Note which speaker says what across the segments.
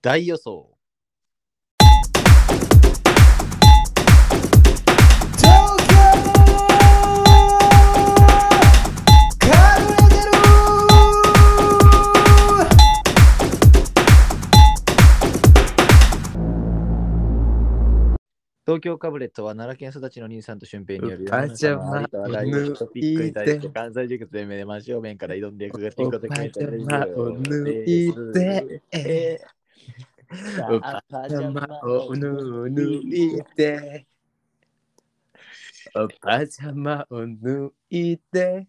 Speaker 1: 大予想。東京カブレットは奈良県育ちの兄さんと俊平による
Speaker 2: うっぱちゃうな
Speaker 1: 世の中のありとあらゆるトピックに対して関西塾全面で真正面から挑んでいくがていくことに対して
Speaker 2: おっぱちゃまを抜いて
Speaker 1: おっぱちゃまを
Speaker 2: を抜いて、おばちゃまを抜いて、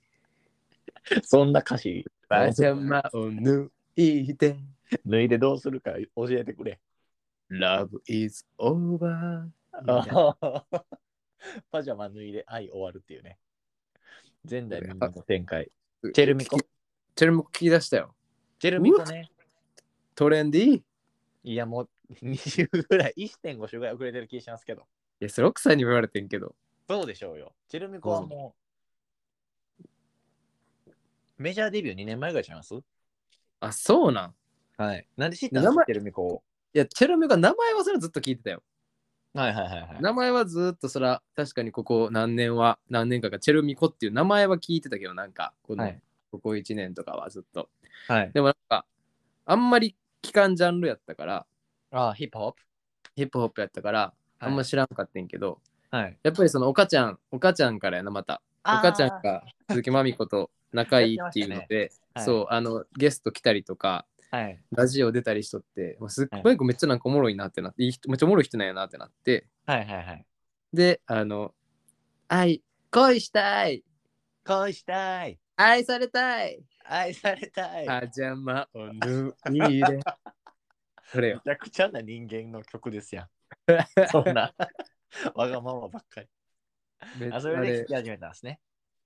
Speaker 1: そんな歌詞
Speaker 2: おばちゃまを抜いて、
Speaker 1: 脱いでどうするか教えてくれ
Speaker 2: Love is over.
Speaker 1: パジャマ脱いで愛終わるっていうね前代未聞の展開チェルミコ
Speaker 2: チェルミコ聞き出したよ。
Speaker 1: チェルミコね
Speaker 2: トレンディーい
Speaker 1: いやもう20ぐらい1.5週ぐらい遅れてる気しますけど
Speaker 2: や、それ奥さんにも言われてんけど。
Speaker 1: そうでしょうよ。チェルミコはもう、メジャーデビュー2年前ぐらいちゃいます
Speaker 2: あ、そうなん。
Speaker 1: はい。なんで知ったんで
Speaker 2: 名
Speaker 1: すか
Speaker 2: 前
Speaker 1: チェルミコを。
Speaker 2: いや、チェルミコが名前はそれはずっと聞いてたよ。
Speaker 1: はいはいはいはい。
Speaker 2: 名前はずっとそら、確かにここ何年は、何年かがチェルミコっていう名前は聞いてたけど、なんか、この、
Speaker 1: はい
Speaker 2: ここ1年とかはずっと。
Speaker 1: はい、
Speaker 2: でもなんか、あんまり期間ジャンルやったから、
Speaker 1: ああ、ヒップホップ
Speaker 2: ヒップホップやったから、あんま知らんかってんけど、
Speaker 1: はい。
Speaker 2: やっぱりそのおかちゃん、おかちゃんからやな、また。お
Speaker 1: あー
Speaker 2: かちゃんが鈴木まみ子と仲いいっていうので、
Speaker 1: やってましたねはい
Speaker 2: そう、あの、ゲスト来たりとか、
Speaker 1: はい。
Speaker 2: ラジオ出たりしとって、もうすっごいめっちゃなんかおもろいなってなって、いい人めっちゃおもろい人なんやなってなって、
Speaker 1: はいはいはい。
Speaker 2: で、あの、愛、恋したい、
Speaker 1: 恋したい。
Speaker 2: 愛されたい、
Speaker 1: 愛されたい。め
Speaker 2: パジャマを脱いで。 それよ。
Speaker 1: ちゃくちゃな人間の曲です やん。そんな。わがままばっかり。
Speaker 2: めっちゃ
Speaker 1: あ、
Speaker 2: あ
Speaker 1: それで
Speaker 2: れ
Speaker 1: 聴き始めたんですね。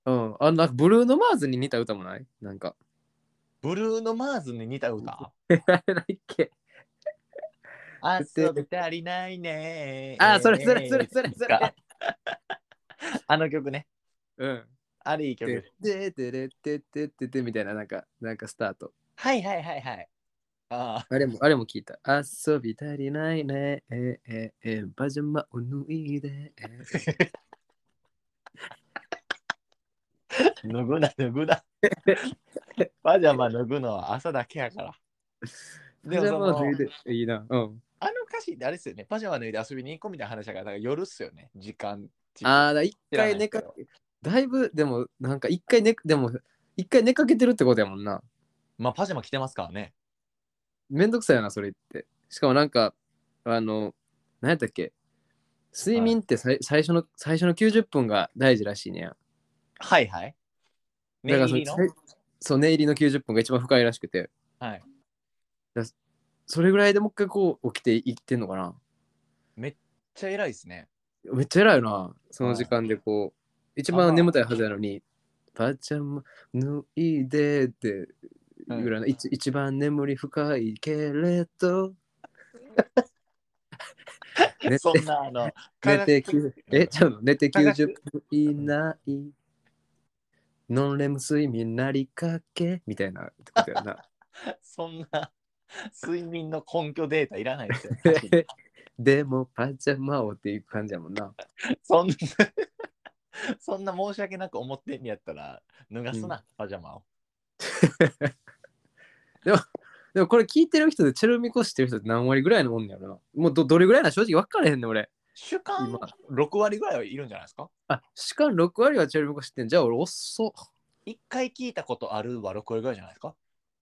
Speaker 2: うん。あ、なんかブルーノマーズに似た歌もないなんか。
Speaker 1: ブルーノ・マーズに似た歌。
Speaker 2: あれないっけ
Speaker 1: 遊び足りないね。
Speaker 2: あ、それそれそれそれそれ。
Speaker 1: あの曲ね。
Speaker 2: うん。
Speaker 1: あれいい曲です。
Speaker 2: で、で、で、で、で、で、で、みたいな、なんか、なんかスタート。
Speaker 1: はいはいはいはい。あ
Speaker 2: あれも、あれも聞いた。遊び足りないね。え、え、え、パジャマを脱いで。え
Speaker 1: あ、脱ぐな、脱ぐ な。パジャマ脱ぐのは朝だけやから。でも
Speaker 2: パジ
Speaker 1: そ
Speaker 2: ャマを
Speaker 1: の
Speaker 2: 脱い で。いいな。うん。
Speaker 1: あの歌詞ってあれですよね。パジャマ脱いで遊びに行こうみたいな話だから、だから夜っすよね。時間。時間
Speaker 2: ああ、だ、一回寝か
Speaker 1: 知らな
Speaker 2: だいぶ、でも、なんか、一回寝、でも、一回寝かけてるってことやもんな。
Speaker 1: まあパジャマ着てますからね。
Speaker 2: めんどくさいよな、それって。しかも、なんか、あの、何やったっけ睡眠ってさい、最初の、最初の90分が大事らしいねや。
Speaker 1: はいはい。
Speaker 2: だ
Speaker 1: ね
Speaker 2: から
Speaker 1: い
Speaker 2: そ
Speaker 1: い
Speaker 2: の
Speaker 1: の
Speaker 2: そう、寝入りの90分が一番深いらしくて。
Speaker 1: はい。
Speaker 2: それぐらいでもう一回こう起きていってんのかな
Speaker 1: めっちゃ偉いですね。
Speaker 2: めっちゃ偉いよなその時間でこう、一番眠たいはずなのにばちゃんも脱いでってぐらいの、一一番眠り深いけれど寝
Speaker 1: そん
Speaker 2: て
Speaker 1: なあの、
Speaker 2: 寝てきゅえちょっと寝て
Speaker 1: 科学
Speaker 2: 90分以内ノンレム睡眠なりかけみたいなってこと やな
Speaker 1: そんな睡眠の根拠データいらない ですよ。
Speaker 2: でもパジャマをっていう感じやもんな
Speaker 1: そんな そんな申し訳なく思ってんやったら脱がすな、パジャマを。
Speaker 2: でもこれ聞いてる人でチェルミコ知ってる人って何割ぐらいのもんやろなもうどどれぐらいな正直分からへんねん俺。
Speaker 1: 主観
Speaker 2: 今
Speaker 1: 6割ぐらいはいるんじゃないですか
Speaker 2: あ、しかも6割はチェルミコ知ってんじゃあ俺遅っ。
Speaker 1: 一回聞いたことあるは6割ぐらいじゃないですか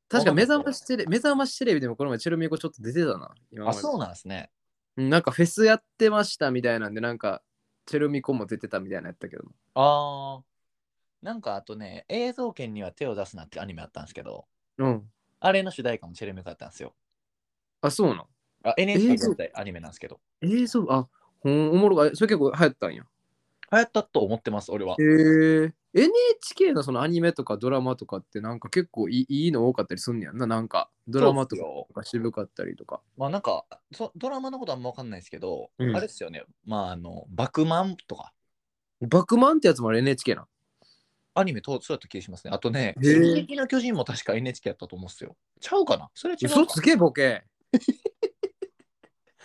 Speaker 2: 確か目覚ましテレ目覚ましテレビでもこの前チェルミコちょっと出てたな。今ま
Speaker 1: あ、
Speaker 2: で
Speaker 1: そうなんですね。
Speaker 2: うんなんかフェスやってましたみたいなんでなんかチェルミコも出てたみたいなやったけど。
Speaker 1: あーなんかあとね、映像権には手を出すなってアニメあったんですけど、
Speaker 2: うん。
Speaker 1: あれの主題歌もチェルミコだったんですよ。
Speaker 2: あ、そうなん。
Speaker 1: あ、NHK でやったアニメなんですけど。
Speaker 2: 映像あ、ほん、おもろか。それ結構流行ったんや。
Speaker 1: 流行ったと思ってます、俺は
Speaker 2: へ。え。NHK のそのアニメとかドラマとかってなんか結構いいいいの多かったりすんねやんな。なんかドラマと
Speaker 1: そ
Speaker 2: か
Speaker 1: うっすよ
Speaker 2: が渋かったりとか。
Speaker 1: まあなんかそ、ドラマのことあんまわかんないですけど、
Speaker 2: うん
Speaker 1: あれですよね、まああの、バクマンとか、
Speaker 2: バクマンってやつもあれ NHK な。
Speaker 1: アニメとそうやった気がしますね。あとね、
Speaker 2: へー
Speaker 1: 進撃の巨人も確か NHK やったと思うんですよ。ちゃうかなそれは違う
Speaker 2: 嘘
Speaker 1: か
Speaker 2: つけボケ。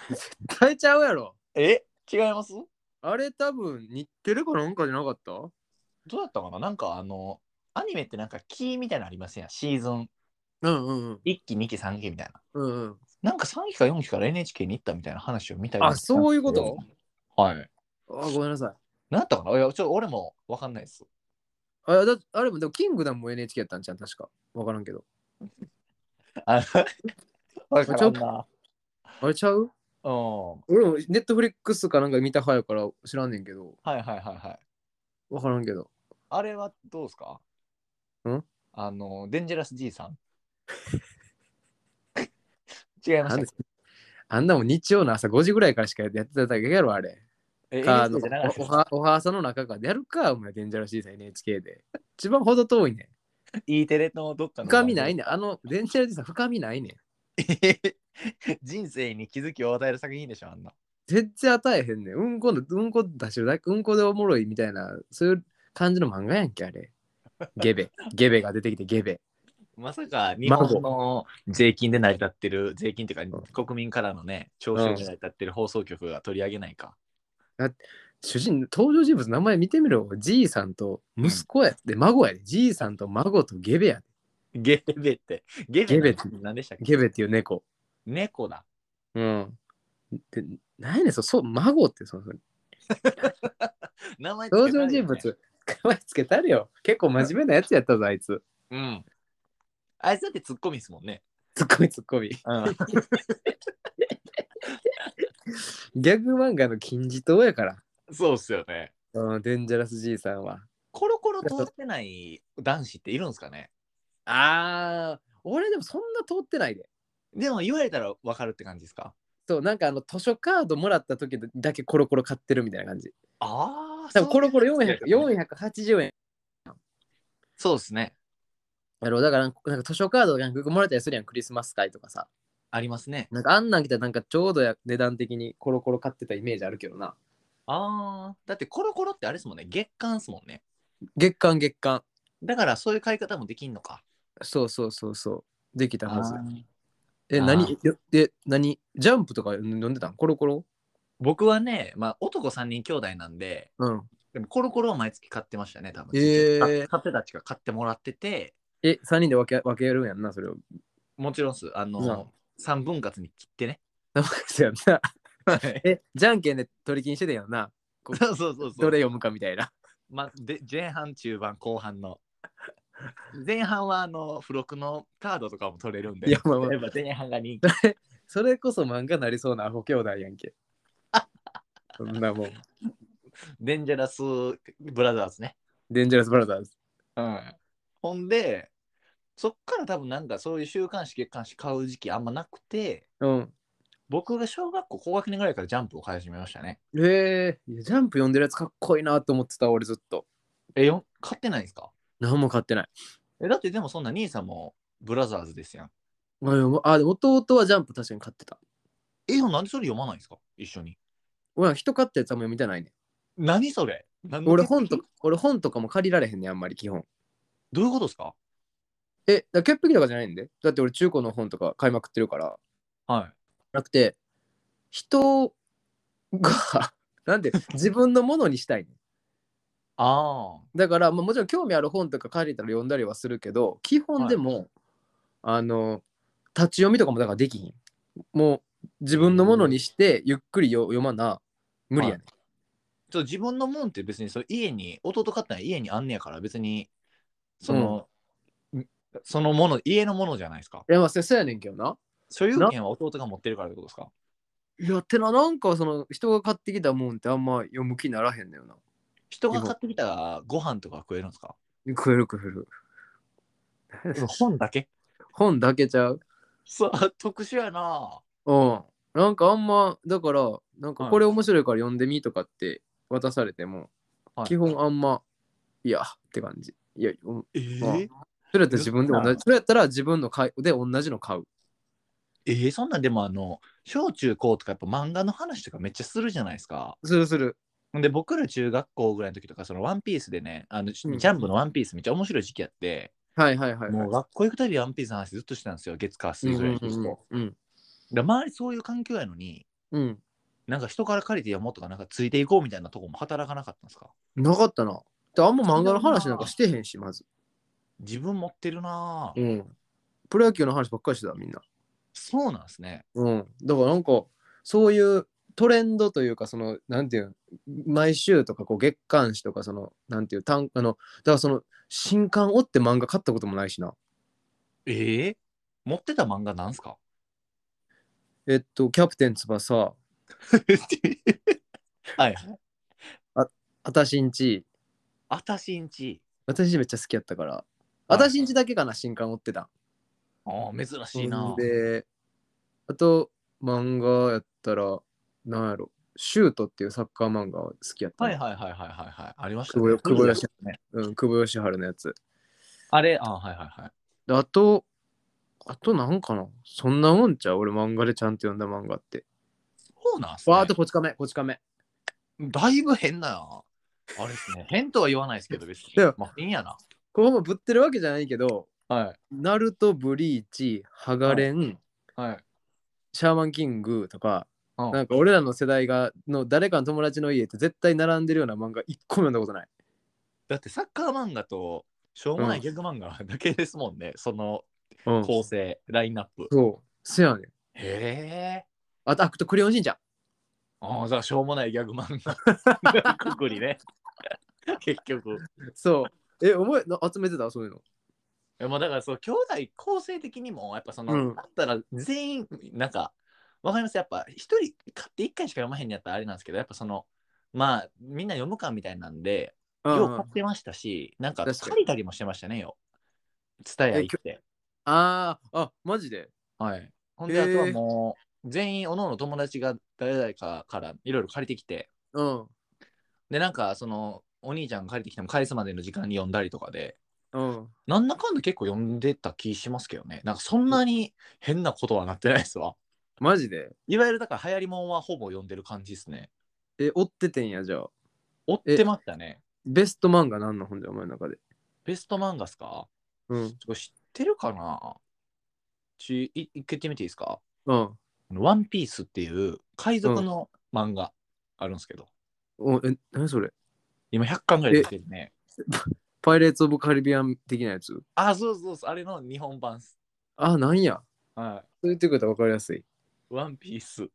Speaker 2: 絶対ちゃうやろ。
Speaker 1: え違います
Speaker 2: あれ多分、日テレかなんかじゃなかった
Speaker 1: どうだったかななんかあの、アニメってなんかキーみたいなのありませんやんシーズン
Speaker 2: うんうんうん。
Speaker 1: 1期、2期、3期みたいな。
Speaker 2: うんうん、
Speaker 1: なんか3期か4期から NHK に行ったみたいな話を見たよな
Speaker 2: あ、そういうこと
Speaker 1: はい。
Speaker 2: あ、ごめんなさい。
Speaker 1: なんだったかないや、ちょっと俺もわかんないです。
Speaker 2: あだあれも、でも、キングダムも NHK やったんじゃん、確か。わからんけど。
Speaker 1: あの、 わからんな。
Speaker 2: あれちゃう
Speaker 1: うん。
Speaker 2: 俺も、ネットフリックスかなんか見たはやから知らんねんけど、
Speaker 1: はいはいはいはい。
Speaker 2: わからんけど。
Speaker 1: あれはどうですか
Speaker 2: ん
Speaker 1: あの、デンジャラス爺さん。 違いま
Speaker 2: な
Speaker 1: した
Speaker 2: んで。あんなもん日曜の朝5時ぐらいからしかやってただけやろ、あれ。
Speaker 1: え
Speaker 2: かあの
Speaker 1: NHK じゃなかった
Speaker 2: おおはおは朝の中からやるか、お前、デンジャラシーさん NHK で。一番ほど遠いね
Speaker 1: E テレのどっか
Speaker 2: ん。
Speaker 1: の。
Speaker 2: 深みないねん。あの、デンジャラシーさん深みないねん。
Speaker 1: 人生に気づきを与える作品でしょ、あんな。
Speaker 2: 全然与えへんねん。うんこの、うんこ出してるだけ、うんこでおもろいみたいな、そういう感じの漫画やんけ、あれ。ゲベ。ゲベが出てきて、ゲベ。
Speaker 1: まさか日本の税金で成り立ってる、税金というか国民からのね、徴収で成り立ってる放送局が取り上げないか。
Speaker 2: 主人、登場人物、名前見てみろ。じいさんと息子やで、孫やで。じいさんと孫とゲベやで。
Speaker 1: ゲベって。ゲベ
Speaker 2: ゲベ
Speaker 1: って何でしたっけ
Speaker 2: ゲベっていう猫。
Speaker 1: 猫だ。
Speaker 2: うん。で、なんやねん、そう、そう孫って、その、
Speaker 1: 名前つけたいよ
Speaker 2: 登場
Speaker 1: ね
Speaker 2: 人物、名前つけたるよ。結構真面目なやつやったぞ、あいつ。
Speaker 1: うん。あいつだってツッコミですもんね。
Speaker 2: ツッコミツッコミ。
Speaker 1: うん。
Speaker 2: ギャグ漫画の金字塔やから。
Speaker 1: そうっすよね。
Speaker 2: うん、デンジャラスじいさんは。
Speaker 1: コロコロ通ってない男子っているんですかね
Speaker 2: あー、俺でもそんな通ってないで。
Speaker 1: でも言われたらわかるって感じですか
Speaker 2: そう、なんかあの図書カードもらった時だけコロコロ買ってるみたいな感じ。
Speaker 1: ああ。
Speaker 2: 多分コロコロ
Speaker 1: そういうや
Speaker 2: 400
Speaker 1: つやね
Speaker 2: 480円。
Speaker 1: そうですね。
Speaker 2: やろだからなんかなんか図書カードがなんかもらったりするやん、クリスマス会とかさ。
Speaker 1: ありますね。
Speaker 2: なんかあんなん来たらなんかちょうどや値段的にコロコロ買ってたイメージあるけどな。
Speaker 1: ああ。だってコロコロってあれですもんね。月間ですもんね。
Speaker 2: 月間月間。
Speaker 1: だからそういう買い方もできんのか。
Speaker 2: そうそうそうそう。できたはず
Speaker 1: あ。ー
Speaker 2: え、
Speaker 1: あー
Speaker 2: 何ええ、何ジャンプとか読んでたんコロコロ
Speaker 1: 僕はね、まあ男3人兄弟なんで、
Speaker 2: うん。
Speaker 1: でもコロコロは毎月買ってましたね、多分。
Speaker 2: えー
Speaker 1: か買ってたちが買ってもらってて、
Speaker 2: え、3人で分け分けるんやんな、それを。
Speaker 1: もちろんっす。あの、三3分割に切ってね。
Speaker 2: そうやんな。
Speaker 1: はい
Speaker 2: え、じゃんけんで取り金してたよな。
Speaker 1: そうそうそうそう。
Speaker 2: どれ読むかみたいな。
Speaker 1: まあ、で前半、中盤、後半の。前半はあの付録のカードとかも取れるんで、
Speaker 2: いやまあまあ
Speaker 1: やっぱ前半が人気。
Speaker 2: それこそ漫画なりそうなアホ兄弟や んけ。そんなもん。
Speaker 1: デンジャラスブラザーズね。
Speaker 2: デンジャラスブラザーズ。
Speaker 1: うん、ほんで、そっから多分なんかそういう週刊誌、月刊誌買う時期あんまなくて、
Speaker 2: うん。
Speaker 1: 僕が小学校高学年ぐらいからジャンプを買い始めましたね。
Speaker 2: えー、いやジャンプ読んでるやつかっこいいなと思ってた、俺ずっと。
Speaker 1: え、よ買ってないんですか
Speaker 2: 何も買ってない。
Speaker 1: えだってでもそんな兄さんもブラザーズですやん。
Speaker 2: あ、でもあでも弟はジャンプ確かに買ってた。
Speaker 1: え、なんでそれ読まないんですか一緒に。
Speaker 2: 俺は人買ったやつあんま読みたないね。
Speaker 1: 何それ何の
Speaker 2: 俺
Speaker 1: 手
Speaker 2: 本と俺本とかも借りられへんねんあんまり基本。
Speaker 1: どういうことですか
Speaker 2: え、だから潔癖とかじゃないんで。だって俺中古の本とか買いまくってるから。
Speaker 1: はい。
Speaker 2: なくて、人が、 なんで自分のものにしたいねん
Speaker 1: ああ。
Speaker 2: だから、まあ、もちろん興味ある本とか借りたら読んだりはするけど、基本でも、あの、立ち読みとかもだからできひん。もう自分のものにしてゆっくりよ読まな無理やねん。
Speaker 1: そう自分のもんって別にそれ家に弟買ったら家にあんねやから別にその、んそのもの家のものじゃないですか
Speaker 2: い、やまあそそうやねんけどな。
Speaker 1: 所有権は弟が持ってるからってことですか
Speaker 2: いやてななんかその人が買ってきたもんってあんま読む気にならへんだよな。
Speaker 1: 人が買ってきたご飯とか食えるんですか
Speaker 2: 食える食える。
Speaker 1: 本だけ
Speaker 2: 本だけちゃう
Speaker 1: そう 特殊やな
Speaker 2: うん。なんかあんま、だから、なんか
Speaker 1: はい
Speaker 2: これ面白いから読んでみとかって渡されても、
Speaker 1: はい
Speaker 2: 基本あんま、いや、って感じ。いや、うん
Speaker 1: えー
Speaker 2: それやったら自分で同じ、それやったら自分の買いで同じの買う。
Speaker 1: えーそんなんでもあの小中高とかやっぱ漫画の話とかめっちゃするじゃないですか
Speaker 2: するする。
Speaker 1: で僕ら中学校ぐらいの時とかそのワンピースでねあの、ジャンプのワンピースめっちゃ面白い時期やって
Speaker 2: はいはいはい、はい。
Speaker 1: もう学校行くたびワンピースの話ずっとしてたんですよ月火
Speaker 2: うん
Speaker 1: 水
Speaker 2: う
Speaker 1: ぐらい
Speaker 2: ん
Speaker 1: の
Speaker 2: う
Speaker 1: 時
Speaker 2: ん
Speaker 1: と
Speaker 2: うん、うん
Speaker 1: で周りそういう環境やのに、
Speaker 2: うん。
Speaker 1: なんか人から借りて読もうとか、なんかついていこうみたいなとこも働かなかったんですか
Speaker 2: なかったな。で、あんま漫画の話なんかしてへんし、まず。
Speaker 1: 自分持ってるなぁ、
Speaker 2: うん。プロ野球の話ばっかりしてた、みんな。
Speaker 1: そうなんですね。
Speaker 2: うん。だからなんか、そういうトレンドというか、その、なんていうん、毎週とか、こう、月刊誌とか、その、なんていう、単あの、だからその、新刊をって漫画買ったこともないしな。
Speaker 1: ええ持ってた漫画なんす か
Speaker 2: えっと、キャプテン翼、
Speaker 1: はいはい。
Speaker 2: あたしんち、
Speaker 1: あたしんち。
Speaker 2: 私めっちゃ好きやったから、
Speaker 1: は
Speaker 2: あ
Speaker 1: いはい
Speaker 2: たしんちだけかな、新刊追ってた。
Speaker 1: ああ、珍しいな
Speaker 2: ほんで、あと、漫画やったら、なんやろ、シュートっていうサッカー漫画好きやったな。
Speaker 1: はいはいはいはいはいはい。ありましたね。
Speaker 2: 久保よ久保よし
Speaker 1: ね。
Speaker 2: うん、久保義晴のやつ。
Speaker 1: あれ、あはいはいはい。
Speaker 2: であと、あとなんかなそんなもんちゃう俺漫画でちゃんと読んだ漫画って。
Speaker 1: そうなんすね
Speaker 2: わーあとこち亀、こち亀。
Speaker 1: だいぶ変な。あれですね。変とは言わないですけど、別に
Speaker 2: でも。
Speaker 1: まあ、変やな。
Speaker 2: ここもぶってるわけじゃないけど、
Speaker 1: はい。
Speaker 2: ナルト、ブリーチ、ハガレン、
Speaker 1: はい。
Speaker 2: シャーマンキングとか、
Speaker 1: うん
Speaker 2: なんか俺らの世代がの誰かの友達の家って絶対並んでるような漫画一個も読んだことない。
Speaker 1: だってサッカー漫画と、しょうもないギャグ漫画だけですもんね。その
Speaker 2: うん
Speaker 1: 構成、ラインナップ。
Speaker 2: そう。せやねん。
Speaker 1: へえ。
Speaker 2: あと、あとクレヨンしんちゃん。
Speaker 1: ああ、じゃあしょうもないギャグ漫画。 くくりね。結局。
Speaker 2: そう。え、お前な集めてたそういうの。
Speaker 1: いやまあだからそう兄弟構成的にもやっぱその、
Speaker 2: うん
Speaker 1: だったら全員なんかわかりますやっぱ一人買って一回しか読まへんのやったらあれなんですけどやっぱそのまあみんな読むかみたいなんで、よう買ってましたしなんか
Speaker 2: 確かに
Speaker 1: 借りたりもしてましたねよ伝え行って
Speaker 2: あーあ、マジで
Speaker 1: はいほんで
Speaker 2: へ
Speaker 1: あ
Speaker 2: ー
Speaker 1: とはもう全員おのおの友達が誰々かからいろいろ借りてきて
Speaker 2: うん。
Speaker 1: でなんかそのお兄ちゃんが借りてきても返すまでの時間に読んだりとかで
Speaker 2: うん。
Speaker 1: なんだかんだ結構読んでた気しますけどね。なんかそんなに変なことはなってないですわ。
Speaker 2: マジで
Speaker 1: いわゆるだから流行りもんはほぼ読んでる感じですね。
Speaker 2: え、追っててんや、じゃあ。
Speaker 1: 追ってましたね。
Speaker 2: ベスト漫画なんのほんじゃ、お前の中で。
Speaker 1: ベスト漫画っすか
Speaker 2: うん。
Speaker 1: ちょっと知ってるかなちい、いけてみていいですか
Speaker 2: うん。
Speaker 1: ワンピースっていう海賊の漫画あるんですけど、
Speaker 2: おえ、何それ
Speaker 1: 今100巻ぐらい出てるね。
Speaker 2: パイレーツ・オブ・カリビアン的なやつ
Speaker 1: あ、そうそうそう、あれの日本版っす。
Speaker 2: あ、なんや。
Speaker 1: は
Speaker 2: そう言ってくれたら分かりやすい。
Speaker 1: い。ワンピース。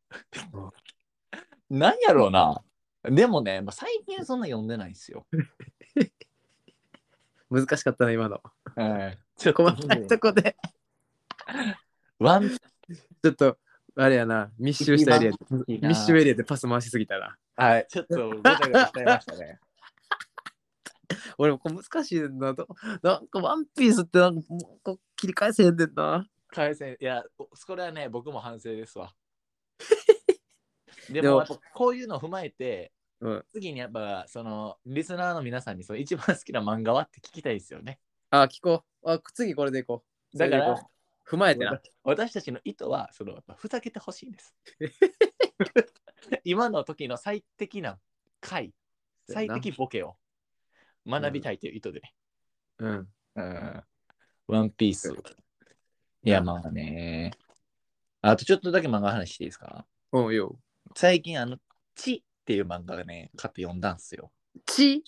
Speaker 1: なんやろうな。でもね、まあ、最近そんな読んでないんですよ。
Speaker 2: 難しかったな、今 の。
Speaker 1: はい。ちょっと
Speaker 2: 細かいとこで。
Speaker 1: ワン
Speaker 2: ちょっと、あれやな、密集したエリアで、
Speaker 1: いいな
Speaker 2: 密集エリアでパス回しすぎたら。
Speaker 1: はい、ちょっとごちゃごちゃしちゃいましたね。
Speaker 2: 俺もこう難しいなと。なんかワンピースってなんかもうこう切り返せへんねんな。
Speaker 1: 回線、いや、おそれはね、僕も反省です わ。で
Speaker 2: で
Speaker 1: も、
Speaker 2: も
Speaker 1: やっぱこういうのを踏まえて、
Speaker 2: うん
Speaker 1: 次にやっぱ、その、リスナーの皆さんに、その一番好きな漫画はって聞きたいですよね。
Speaker 2: あ、聞こう。あ、次これでいこう。
Speaker 1: だから
Speaker 2: それでいこう、踏まえてな。
Speaker 1: 私たちの意図は、その、やっぱふざけてほしい です。今の時の最適な回、最適ボケを学びたいという意図でね。
Speaker 2: うん。
Speaker 1: うんワンピース
Speaker 2: うん。
Speaker 1: いや、まあね。あとちょっとだけ漫画の話していいですか
Speaker 2: おうよ。
Speaker 1: 最近、あの、チっていう漫画がね、買って読んだんすよ。
Speaker 2: ち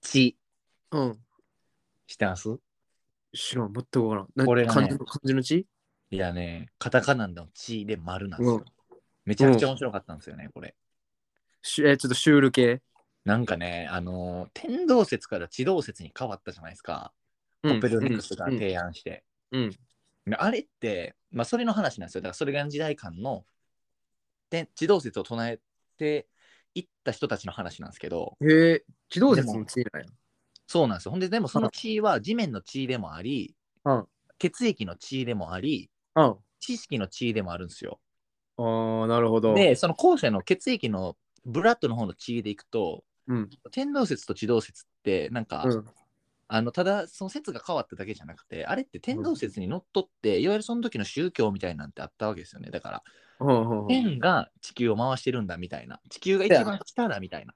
Speaker 1: チ。
Speaker 2: うん。
Speaker 1: 知ってます
Speaker 2: 知らん、全くわからん。な
Speaker 1: 俺がね
Speaker 2: 漢字の漢字のち
Speaker 1: いやね、カタカナのチで丸なんですよ。
Speaker 2: うん
Speaker 1: めちゃくちゃ面白かったんですよね、これ。
Speaker 2: しえ、ちょっとシュール系。
Speaker 1: なんかね、あのー天動説から地動説に変わったじゃないですか。コペルニクスが提案して。
Speaker 2: うんうん
Speaker 1: であれって、まあ、それの話なんですよ。だから、それが時代間の天地動説を唱えていった人たちの話なんですけど、
Speaker 2: うんへえ、自動説の地なんや。
Speaker 1: そうなんですよ。ほんで、でもその
Speaker 2: うん
Speaker 1: 地は地面の地でもあり、
Speaker 2: うん
Speaker 1: 血液の地でもあり、
Speaker 2: うん。
Speaker 1: 知識の地でもあるんですよ。
Speaker 2: ああ、なるほど。
Speaker 1: で、その後世の血液のブラッドの方の地でいくと、
Speaker 2: うん。
Speaker 1: 天動説と地動説って、なんか、
Speaker 2: うん。
Speaker 1: あのただその説が変わっただけじゃなくてあれって天動説にのっとって、いわゆるその時の宗教みたいなんてあったわけですよねだから、
Speaker 2: うんうんうん
Speaker 1: 天が地球を回してるんだみたいな地球が一番下だみたいな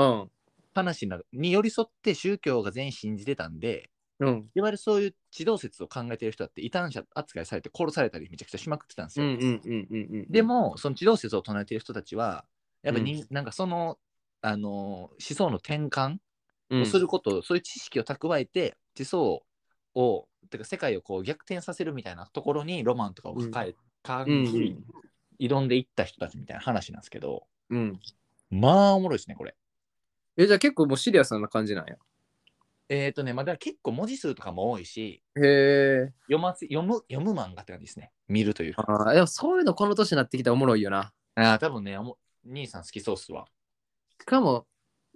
Speaker 2: うん。
Speaker 1: 話になるに寄り添って宗教が全員信じてたんで
Speaker 2: うん。
Speaker 1: いわゆるそういう地動説を考えてる人だって異端者扱いされて殺されたりめちゃくちゃしまくってたんです
Speaker 2: うんう
Speaker 1: よ。
Speaker 2: んうんうんうん。
Speaker 1: で、もその地動説を唱えてる人たちはやっぱり、
Speaker 2: う
Speaker 1: なんかその、あのー思想の転換
Speaker 2: うん、
Speaker 1: をすること、そういう知識を蓄えて思想をてか世界をこう逆転させるみたいなところにロマンとかを抱え、感
Speaker 2: う
Speaker 1: じ、
Speaker 2: ん
Speaker 1: 挑んでいった人たちみたいな話なんですけど
Speaker 2: うん。うん。
Speaker 1: まあおもろいですねこれ。
Speaker 2: え、じゃあ結構もうシリアスな感じなんや。
Speaker 1: えっ、とねまあだから結構文字数とかも多いし
Speaker 2: へえ。
Speaker 1: 読ませ読む読む漫画って感じですね見るというか。
Speaker 2: ああ、でもそういうのこの年になってきたらおもろいよな。
Speaker 1: ああ、多分ね、おも兄さん好きそうっすわ。
Speaker 2: しかも、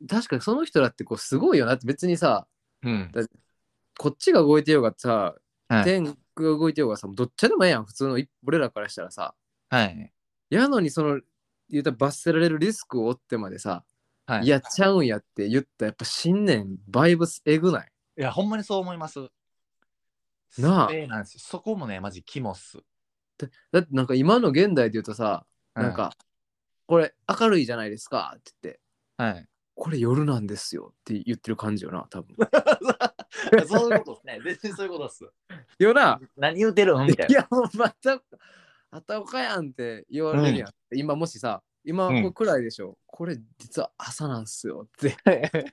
Speaker 2: 確かにその人だってこうすごいよなって別にさ、
Speaker 1: うん
Speaker 2: だこっちが動いてようがさ、
Speaker 1: はい
Speaker 2: 天狗が動いてようがさ、もうどっちでもええやん、普通のい俺らからしたらさ。
Speaker 1: はい。
Speaker 2: やのにその、言うたら罰せられるリスクを負ってまでさ、
Speaker 1: はい、
Speaker 2: い、やっちゃうんやって言ったやっぱ信念、バイブスえぐない。
Speaker 1: いやほんまにそう思います。
Speaker 2: なあ
Speaker 1: そうなんですよそこもね、マジ肝っす。
Speaker 2: だってなんか今の現代で言うとさ、
Speaker 1: はい
Speaker 2: なんか、これ明るいじゃないですかって言って、
Speaker 1: はい。
Speaker 2: これ夜なんですよって言ってる感じよな、多分。
Speaker 1: そういうことですね。 全然そういうことっす。
Speaker 2: よな。
Speaker 1: 何言うてるんみたい
Speaker 2: い
Speaker 1: な。
Speaker 2: やもうまたあたおかやんって言われるやん、今もしさ今
Speaker 1: うん
Speaker 2: こうくらいでしょ、これ実は朝なんすよって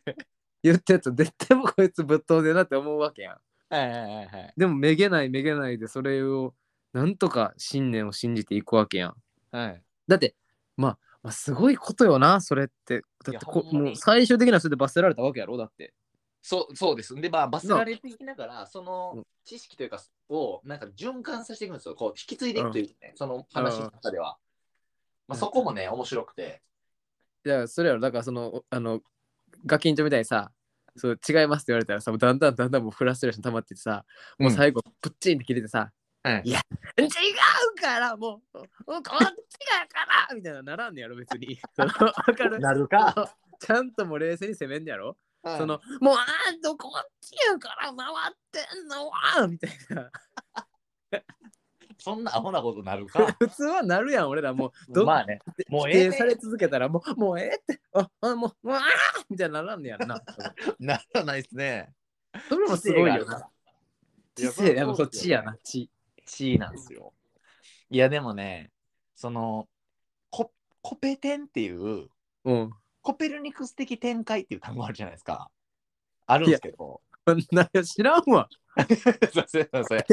Speaker 2: 言ってやつ絶対もうこいつぶっ飛んでるなって思うわけやん
Speaker 1: はいはいはいはい。
Speaker 2: でもめげないめげないでそれをなんとか信念を信じていくわけやん
Speaker 1: はい、
Speaker 2: だってまあ、まあ、すごいことよなそれって
Speaker 1: い
Speaker 2: だっ
Speaker 1: や
Speaker 2: てこ
Speaker 1: ほんまに
Speaker 2: もう最終的な人で罰せられたわけやろだって
Speaker 1: そうそうです。で、まあ、バスられていきながら、その知識というか、をなんか循環させていくんですよ。こう、引き継いでいくというかね、その話の中では。まあ、そこもね、面白くて。
Speaker 2: いやそれやろだからそのおあのガキンチョみたいにさそう違いますって言われたらさもうだんだんだんだんもうフラストレーション溜まっててさもう最後プッチンって切れてさ、
Speaker 1: はい
Speaker 2: いや違うからもうもうこっちがからみたいなならんねやろ別にその わかる
Speaker 1: なるか。
Speaker 2: ちゃんともう冷静に攻めんねやろ、
Speaker 1: はい
Speaker 2: そのもうあんとこっちやから回ってんのはみたいな
Speaker 1: そんなアホなことなるか。
Speaker 2: 普通はなるやん俺 らもう どっ
Speaker 1: まあね、もう
Speaker 2: 否
Speaker 1: ええ
Speaker 2: 定
Speaker 1: ね
Speaker 2: され続けたらもうもうええってああもうもうあーみたいにならんねや ろな
Speaker 1: ならないですね。
Speaker 2: それもすごいよな。知性、でもそっちやな、知。
Speaker 1: 地位なんですよ。いや、でもね、その、ココペテンっていう、
Speaker 2: うん。
Speaker 1: コペルニクス的展開っていう単語あるじゃないですか。あるんですけど。
Speaker 2: なんか知らんわ。
Speaker 1: すいません、すいません。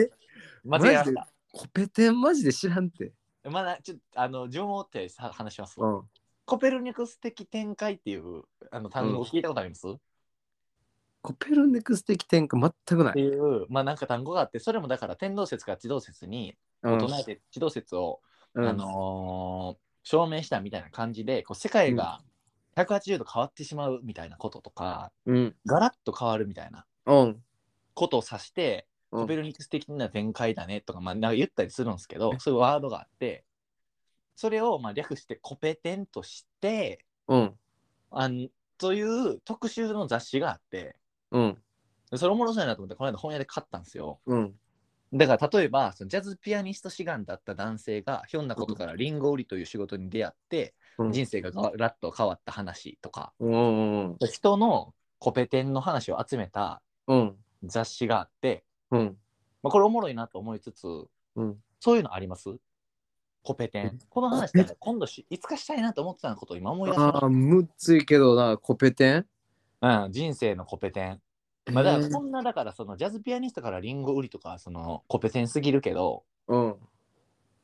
Speaker 1: 間違えま
Speaker 2: マジ
Speaker 1: し
Speaker 2: でコペテンマジで知らんて。
Speaker 1: た。まだ、ちょっと、あの、順を追ってさ話します。
Speaker 2: うん。
Speaker 1: コペルニクス的展開っていうあの単語聞いたことあります、っ
Speaker 2: コペルニクス的転換全くな
Speaker 1: て
Speaker 2: い。
Speaker 1: いう、まあなんか単語があって、それもだから天動説から地動説に、
Speaker 2: うん
Speaker 1: 唱えて地動説を
Speaker 2: うん
Speaker 1: あのー証明したみたいな感じでこう世界が180度変わってしまうみたいなこととか、
Speaker 2: うん。
Speaker 1: ガラッと変わるみたいな
Speaker 2: うん。
Speaker 1: ことを指して、
Speaker 2: うん
Speaker 1: コペルニクス的な展開だねとか,、まあ、なんか言ったりするんですけどそういうワードがあってそれをまあ略してコペテンとして
Speaker 2: うん。
Speaker 1: あんという特集の雑誌があって
Speaker 2: うん。
Speaker 1: それおもろそうやなと思ってこの間本屋で買ったんですよ。
Speaker 2: うん。
Speaker 1: だから例えばそのジャズピアニスト志願だった男性がひょんなことからリンゴ売りという仕事に出会って、
Speaker 2: うん
Speaker 1: 人生がガラッと変わった話とか、
Speaker 2: うん。
Speaker 1: 人のコペテンの話を集めた
Speaker 2: うん。
Speaker 1: 雑誌があって、
Speaker 2: うん。
Speaker 1: まあ、これおもろいなと思いつつ、
Speaker 2: うん
Speaker 1: そういうのありますコペテ
Speaker 2: う
Speaker 1: ン。この話って今度しいつかしたいなと思ってたことを今思い出しま
Speaker 2: ああ、むっついけどな、コペテン
Speaker 1: した。うん、人生のコペテン。まあ、だからそんなだからそのジャズピアニストからリンゴ売りとかはそのコペテンすぎるけど、
Speaker 2: うん。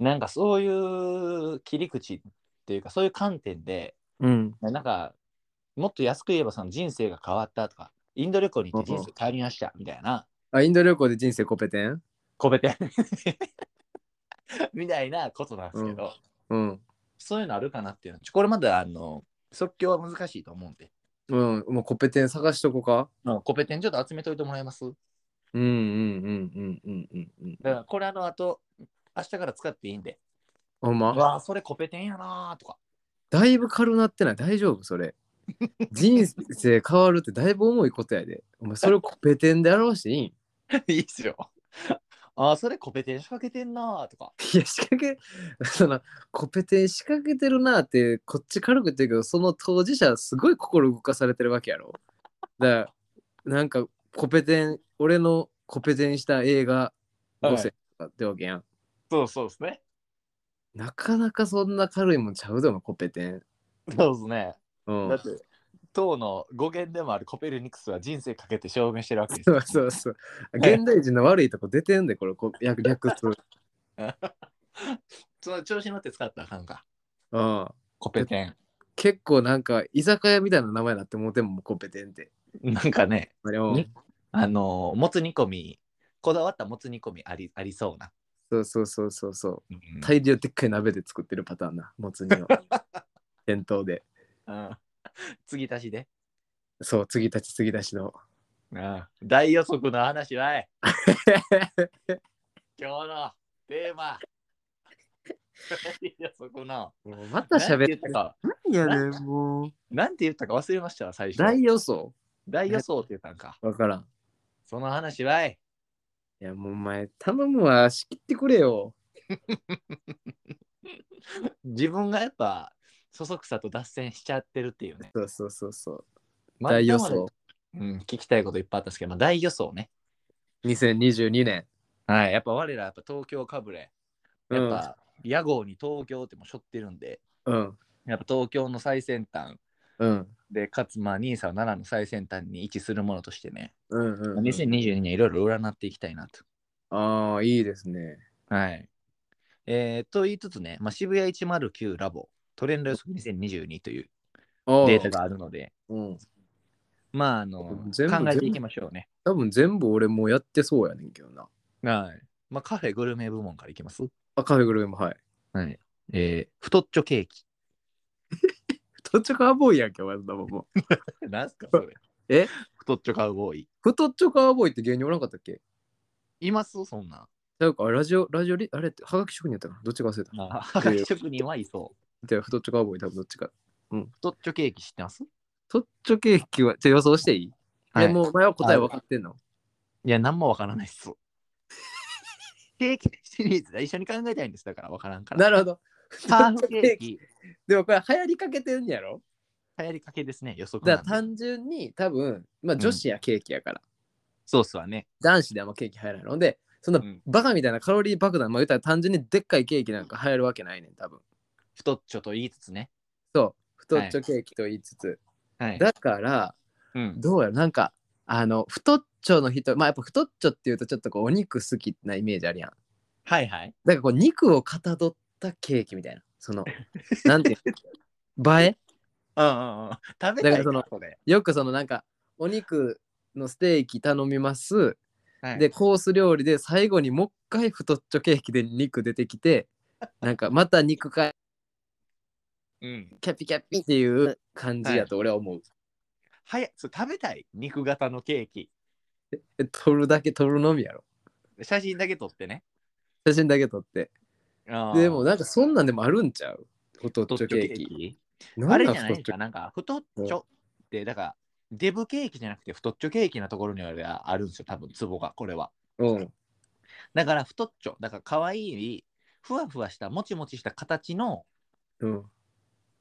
Speaker 1: なんかそういう切り口っていうかそういう観点で
Speaker 2: うん。
Speaker 1: なんかもっと安く言えばその人生が変わったとかインド旅行に行って人生変わりましたみたいな、
Speaker 2: あ、インド旅行で人生コペテン
Speaker 1: こべて みたいなことなんですけど、
Speaker 2: うん。
Speaker 1: そういうのあるかなっていうのちょこれまだあの即興は難しいと思うんで、
Speaker 2: うん。もうコペテン探しとこか。
Speaker 1: うん、コペテンちょっと集めといてもらえます
Speaker 2: うんうんうんうんうんうんうん。
Speaker 1: だからこれあのあと明日から使っていいんで、
Speaker 2: ほん
Speaker 1: う
Speaker 2: ま
Speaker 1: わあそれコペテンやなーとか
Speaker 2: だいぶ軽なってない大丈夫それ。人生変わるってだいぶ重いことやで。お前それをコペテンで表していいん
Speaker 1: いいっすよああそれコペテン仕掛けてんなーとか
Speaker 2: いや仕掛けそのコペテン仕掛けてるなってこっち軽く言ってるけどその当事者はすごい心動かされてるわけやろ。だからなんかコペテン、俺のコペテンした映画5選とかってわけやん。
Speaker 1: そうそうですね。
Speaker 2: なかなかそんな軽いもんちゃうだろ、コペテン。
Speaker 1: そうですね。
Speaker 2: うん
Speaker 1: だっ。て、当の語源でもあるコペルニクスは人生かけて証明してるわけです
Speaker 2: そ
Speaker 1: よ。
Speaker 2: うそうそう。現代人の悪いとこ出てんで、これ、こ略略する。
Speaker 1: その調子乗って使ったらあかんか。
Speaker 2: うん。
Speaker 1: コペテン。
Speaker 2: 結構なんか、居酒屋みたいな名前になってもうてんもんコペテンって。
Speaker 1: なんかね、
Speaker 2: うん
Speaker 1: にあのーもつ煮込み、こだわったもつ煮込みありありそうな。
Speaker 2: そうそうそうそうそう。
Speaker 1: うん
Speaker 2: 大量でっかい鍋で作ってるパターンな、もつ煮を。店頭で。
Speaker 1: うん 継ぎ足しで。
Speaker 2: そう、継ぎ立ち継ぎ出しの。
Speaker 1: うん大予測の話 はい。今日のテーマ。大予測の。
Speaker 2: もうまた喋
Speaker 1: なんて言っ
Speaker 2: って
Speaker 1: たか。
Speaker 2: 何やねん、もう。
Speaker 1: なんて言ったか忘れましたわ、最初。
Speaker 2: 大予想
Speaker 1: 大予想って言ったんか。
Speaker 2: わからん。
Speaker 1: その話はい。
Speaker 2: いや、もうお前、頼むわ、仕切ってくれよ。
Speaker 1: 自分がやっぱ、そそくさと脱線しちゃってるっていうね。
Speaker 2: そうそうそうそう。
Speaker 1: また
Speaker 2: 大予想。
Speaker 1: うん、聞きたいこといっぱいあったんですけど、まあ、大予想ね。
Speaker 2: 2022年。
Speaker 1: はい、やっぱ我らやっぱ東京かぶれ。やっ
Speaker 2: う
Speaker 1: ぱ、屋号に東京ってもしょってるんで、
Speaker 2: ん。うん。
Speaker 1: やっぱ東京の最先端
Speaker 2: うん。
Speaker 1: で、かつまあ、兄さんは奈良の最先端に位置するものとしてね、
Speaker 2: うんうんうん、
Speaker 1: 2022年いろいろ占っていきたいなと。
Speaker 2: ああ、いいですね。
Speaker 1: はい。えー、と言いつつね、まあ、渋谷109ラボ、トレンド予測2022という
Speaker 2: あ
Speaker 1: データがあるので、
Speaker 2: うん。
Speaker 1: まあ、あの、
Speaker 2: 全部
Speaker 1: 考えていきましょうね。
Speaker 2: 多分全部俺もうやってそうやねんけどな。
Speaker 1: はい。まあ、カフェグルメ部門からいきます
Speaker 2: あ、カフェグルメもはい。
Speaker 1: はい。えー、太っちょケー キ。
Speaker 2: 太っちょカーボーイやんけ、お前そんなもんもう。
Speaker 1: 何すかそれ。
Speaker 2: え
Speaker 1: 太っちょカウボーイ。
Speaker 2: 太っちょカーボーイって芸人おらんかったっけ
Speaker 1: いますそんなん。
Speaker 2: なんか、あラジオ、ラジオリ、あれって、はがき職人やったかなどっちか忘れた。
Speaker 1: あはがき 職人はいそう。
Speaker 2: じゃあ、太っちょカーボーイ多分どっちか。
Speaker 1: 太っちょケーキ知ってます
Speaker 2: 太っちょケーキは、じゃあ予想していい、
Speaker 1: はい
Speaker 2: え、もうお前は答え分かってんの
Speaker 1: いや、何もわからないっす。 ケーキシリーズだ。一緒に考えたいんです。だからわからんから。
Speaker 2: なるほど。
Speaker 1: ハーフケーキ、
Speaker 2: でもこれ流行りかけてんやろ
Speaker 1: 流行りかけですね、予測
Speaker 2: だ
Speaker 1: な
Speaker 2: から
Speaker 1: んで。
Speaker 2: 単純に多分、まあ
Speaker 1: ん
Speaker 2: 女子やケーキやから、
Speaker 1: そうっすわね。
Speaker 2: 男子であんまケーキ流行らないので、そんな
Speaker 1: うん
Speaker 2: バカみたいなカロリー爆弾、まあ言ったら単純にでっかいケーキなんか流行るわけないねん、多分。
Speaker 1: 太っちょと言いつつね。
Speaker 2: そう、太っちょケーキと言いつつ。
Speaker 1: はい。
Speaker 2: だから、
Speaker 1: うん、
Speaker 2: どうやろなんか、あの、太っちょの人、まあやっぱ太っちょっていうとちょっとこうお肉好きなイメージあるやん。
Speaker 1: はいはい。
Speaker 2: だからこう肉をかたどったケーキみたいな、その、なんていうの映え
Speaker 1: うんうんうん。食べたい
Speaker 2: だからその
Speaker 1: それ。
Speaker 2: よくそのなんかお肉のステーキ頼みます、
Speaker 1: はい、
Speaker 2: でコース料理で最後にもう一回太っちょケーキで肉出てきてなんかまた肉か
Speaker 1: うん。
Speaker 2: キャピキャピっていう感じやと俺は思う、
Speaker 1: はやそう食べたい。肉型のケーキ。
Speaker 2: え撮るだけ撮るのみやろ
Speaker 1: 写真だけ撮ってね。
Speaker 2: 写真だけ撮って
Speaker 1: あー
Speaker 2: でもなんかそんなんでもあるんちゃう太っ
Speaker 1: 太っ
Speaker 2: ち
Speaker 1: ち
Speaker 2: ょ
Speaker 1: ょ
Speaker 2: ケ
Speaker 1: ケ
Speaker 2: ー
Speaker 1: ー
Speaker 2: キ
Speaker 1: キ
Speaker 2: なん
Speaker 1: あれ
Speaker 2: なん
Speaker 1: じゃない
Speaker 2: 太っ
Speaker 1: です
Speaker 2: ちょ
Speaker 1: か。なんか、太っちょって、だから、デブケーキじゃなくて太っちょケーキなところにはあるんですよ、多分ツボが、これは。
Speaker 2: うん
Speaker 1: だから、太っちょ。だから、可愛い、ふわふわした、もちもちした形の、
Speaker 2: うん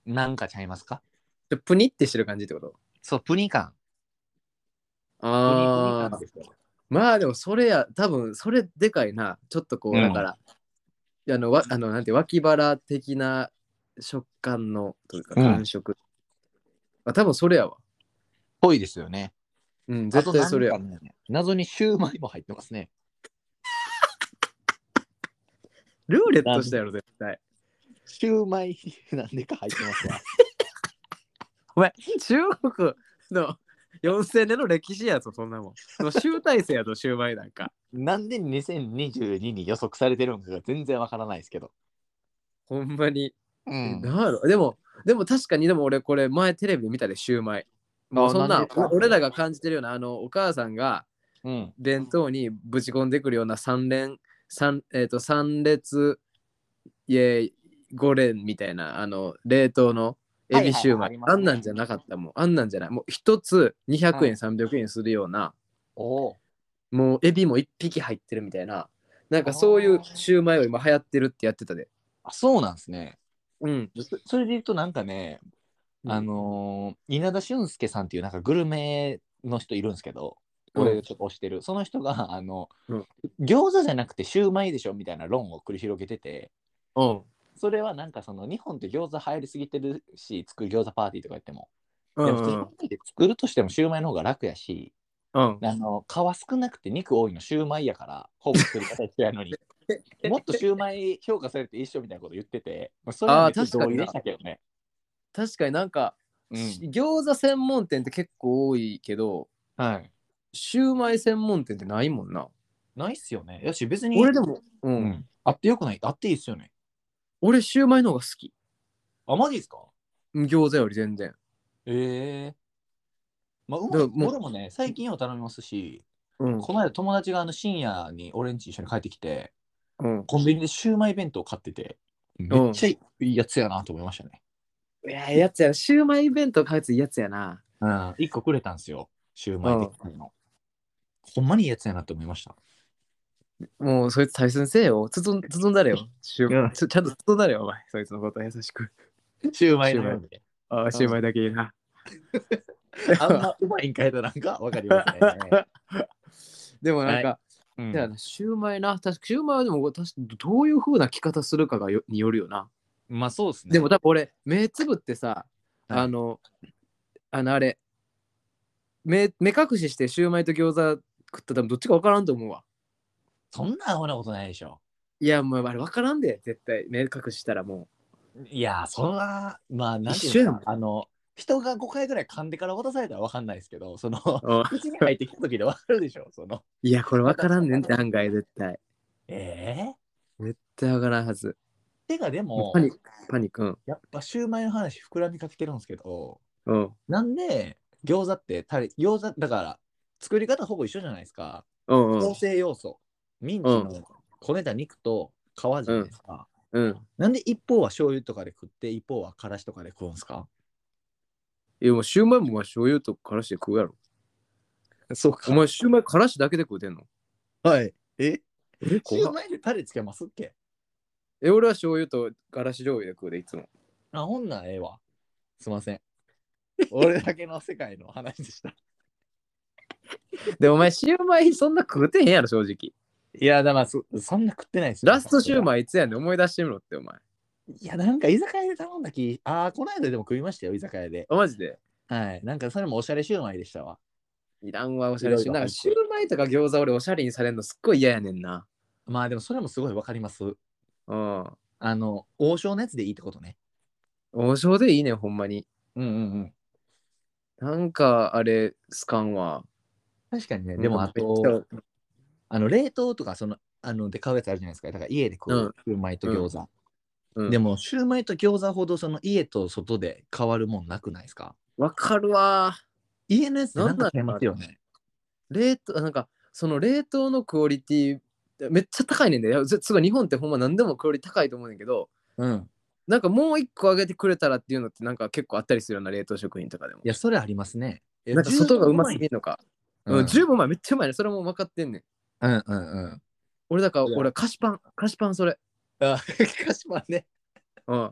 Speaker 1: なんかちゃいますか
Speaker 2: ちょプニってしてる感じってこと
Speaker 1: そう、プニ感。プニプニ
Speaker 2: あ
Speaker 1: 感
Speaker 2: ー
Speaker 1: ですよ。
Speaker 2: まあでもそれや多分それでかいなちょっとこう
Speaker 1: うん
Speaker 2: だから、あのわあのなんて脇腹的な食感のというか
Speaker 1: うん
Speaker 2: 感触、あ多分それやわ
Speaker 1: ぽいですよね。
Speaker 2: うん絶対それや
Speaker 1: あとなんかね謎にシューマイも入ってますね。
Speaker 2: ルーレットしたやろ絶対
Speaker 1: シューマイなんでか入ってますわ。
Speaker 2: お前中国の4000年の歴史やぞそんなもんその集大成やぞシュウマイなんか
Speaker 1: なんで2022に予測されてるのかが全然わからないですけど。
Speaker 2: ほんまに、
Speaker 1: う
Speaker 2: え
Speaker 1: ん。
Speaker 2: なんやろでもでも確かにでも俺これ前テレビで見たでシュウマイもうそ
Speaker 1: な
Speaker 2: んなん
Speaker 1: でか
Speaker 2: お俺らが感じてるようなあのお母さんが
Speaker 1: うん。
Speaker 2: 弁当にぶち込んでくるような三連三えっ、と三列いえ五連みたいなあの冷凍のエビシューマイ、
Speaker 1: はいはいはいあ
Speaker 2: あ
Speaker 1: り
Speaker 2: ん
Speaker 1: ますね
Speaker 2: なんじゃなかったもんあんなんじゃないもう一つ200円、300円するような
Speaker 1: おお。
Speaker 2: もうエビも一匹入ってるみたいななんかそういうシューマイを今流行ってるってやってたで
Speaker 1: あ、そうなんですね。
Speaker 2: うん
Speaker 1: そそれで言うとなんかね、あのー稲田俊介さんっていうなんかグルメの人いるんですけど、俺がちょっと推してる、その人があの、
Speaker 2: うん
Speaker 1: 餃子じゃなくてシューマイでしょみたいな論を繰り広げてて
Speaker 2: うん。
Speaker 1: それはなんかその日本って餃子流行りすぎてるし作る餃子パーティーとか言っても、
Speaker 2: う
Speaker 1: で
Speaker 2: ん
Speaker 1: も普通にパーティーで作るとしてもシューマイの方が楽やし、
Speaker 2: うん。
Speaker 1: あの皮少なくて肉多いのシューマイやからほぼ作り方一緒や のにもっとシューマイ評価されて一緒みたいなこと言っててそれは
Speaker 2: あー確か
Speaker 1: 同
Speaker 2: に
Speaker 1: 意
Speaker 2: な
Speaker 1: でしたけどね。
Speaker 2: 確かになんか、
Speaker 1: うん
Speaker 2: 餃子専門店って結構多いけど、
Speaker 1: はい、
Speaker 2: シューマイ専門店ってないもんな。
Speaker 1: ないっすよね。よし別に
Speaker 2: 俺でも、う。
Speaker 1: うんん、あってよくないあっていいっすよね。
Speaker 2: 俺、シューマイの方が好き。
Speaker 1: あマジですか
Speaker 2: 餃子より全然。
Speaker 1: ええまあ、うまい
Speaker 2: だからもう
Speaker 1: 俺もね、最近よう頼みますし、
Speaker 2: うん。
Speaker 1: この間友達があの深夜に俺んち一緒に帰ってきて、
Speaker 2: うん。
Speaker 1: コンビニでシューマイ弁当買ってて、めっちゃいいやつやなと思いましたね。
Speaker 2: いや、やつやな。シューマイ弁当買うやつやつやな。
Speaker 1: うん。一個くれたんですよ、シューマイでっかいの。ほんまにいいやつやなって思いました。
Speaker 2: もう、そいつ大切にせえよ。つつん、つつんだれよ。 シューマ
Speaker 1: うん
Speaker 2: イ。ちょちゃんとつつんだれよ、お前。そいつのこと優しく。
Speaker 1: シューマイ
Speaker 2: イ
Speaker 1: の
Speaker 2: の
Speaker 1: よ
Speaker 2: よ
Speaker 1: う
Speaker 2: う
Speaker 1: で。
Speaker 2: ああ、シューマイだけいいな。
Speaker 1: あんまうまいんかいだなんかわかりませんね。
Speaker 2: でもなんか、
Speaker 1: うん
Speaker 2: じゃあなシューマイな、確かシューマイはでも私どういう風な着方するかがよによるよな。
Speaker 1: まあそうですね。
Speaker 2: でも多分俺、目つぶってさ、
Speaker 1: はい
Speaker 2: あの、あのあれ、目目隠ししてシューマイと餃子食ったら多分どっちか分からんと思うわ。
Speaker 1: そんなアホなことないでしょ。
Speaker 2: いや、もうあれ分からんで、絶対目隠ししたらも
Speaker 1: いやー、そんな、まあ、なんてい
Speaker 2: 一緒
Speaker 1: う
Speaker 2: や
Speaker 1: の
Speaker 2: もん
Speaker 1: かあの、人が5回ぐらい噛んでから渡されたらわかんないですけど、 その、
Speaker 2: う。お
Speaker 1: 口に入ってきた時でわかるでしょ、その。
Speaker 2: いや、これ分からんねんって案外絶対。
Speaker 1: ええ
Speaker 2: 絶対分からんはず。
Speaker 1: てか、でも
Speaker 2: パ、ニック、パニック。
Speaker 1: やっぱシューマイの話膨らみかけてるんですけど、
Speaker 2: うん。うん。
Speaker 1: なんで餃子ってタレ、餃子、だから、作り方ほぼ一緒じゃないですか。
Speaker 2: うんうん
Speaker 1: 構。成要素、ミンチ
Speaker 2: う
Speaker 1: のこねた肉と皮じゃないですか。
Speaker 2: うん。
Speaker 1: なんで一方は醤油とかで食って、一方はからしとかで食うんですか
Speaker 2: いや、もうシューマイもお前醤油とからしで食うやろ。
Speaker 1: そう
Speaker 2: お前シューマイからしだけで食うてんの
Speaker 1: はい。え
Speaker 2: え
Speaker 1: シューマイでタレつけますっけ
Speaker 2: え、俺は醤油とからし醤油で食うで、いつも。
Speaker 1: あ、ほんならええわ。すいま せん。俺だけの世界の話でした。
Speaker 2: で、お前、シューマイそんな食うてへんやろ、正直。
Speaker 1: いや、だからそそんな食ってないですよ
Speaker 2: ラストシューマイいつやねん、思い出してみろって、お前。
Speaker 1: いや、なんか居酒屋で頼んだき、ああ、この間でも食いましたよ、居酒屋で。
Speaker 2: あマジで。
Speaker 1: はい。なんかそれもおしゃれシューマイでしたわ。
Speaker 2: いらんわ、おしゃれ
Speaker 1: い
Speaker 2: し。
Speaker 1: ろいろ
Speaker 2: なんか、シューマイとか餃子俺、おしゃれにされるのすっごい嫌やねんな。
Speaker 1: まあでもそれもすごいわかります。
Speaker 2: うん。
Speaker 1: あの、王将のやつでいいってことね。
Speaker 2: 王将でいいねん、ほんまに。
Speaker 1: うんうんうん。
Speaker 2: なんか、あれ、すかんわ。
Speaker 1: 確かにね、でもあ
Speaker 2: め
Speaker 1: と、
Speaker 2: っちゃ
Speaker 1: あの冷凍とかその、あので買うやつあるじゃないですか。だから家で食
Speaker 2: うん
Speaker 1: う、シューマイと餃子。
Speaker 2: うん
Speaker 1: でも、シューマイと餃子ほどその家と外で変わるもんなくないですか
Speaker 2: わかるわ。
Speaker 1: 家のやつってなんか買えますよね。
Speaker 2: 冷凍、なんか、その冷凍のクオリティ、めっちゃ高いねんで、いやすすごい日本ってほんま何でもクオリティ高いと思うねんだけど、
Speaker 1: うん。
Speaker 2: なんかもう一個あげてくれたらっていうのってなんか結構あったりするような冷凍食品とかでも
Speaker 1: い。や、それありますね。え
Speaker 2: なんか外がうますぎるのか。
Speaker 1: う
Speaker 2: うんん、十分前めっちゃうまいね。それも分かってんねん。
Speaker 1: うんうんうん。
Speaker 2: 俺だから
Speaker 1: いや
Speaker 2: 俺菓子パン、菓子パンそれ。
Speaker 1: あ、鹿島ね。
Speaker 2: うん。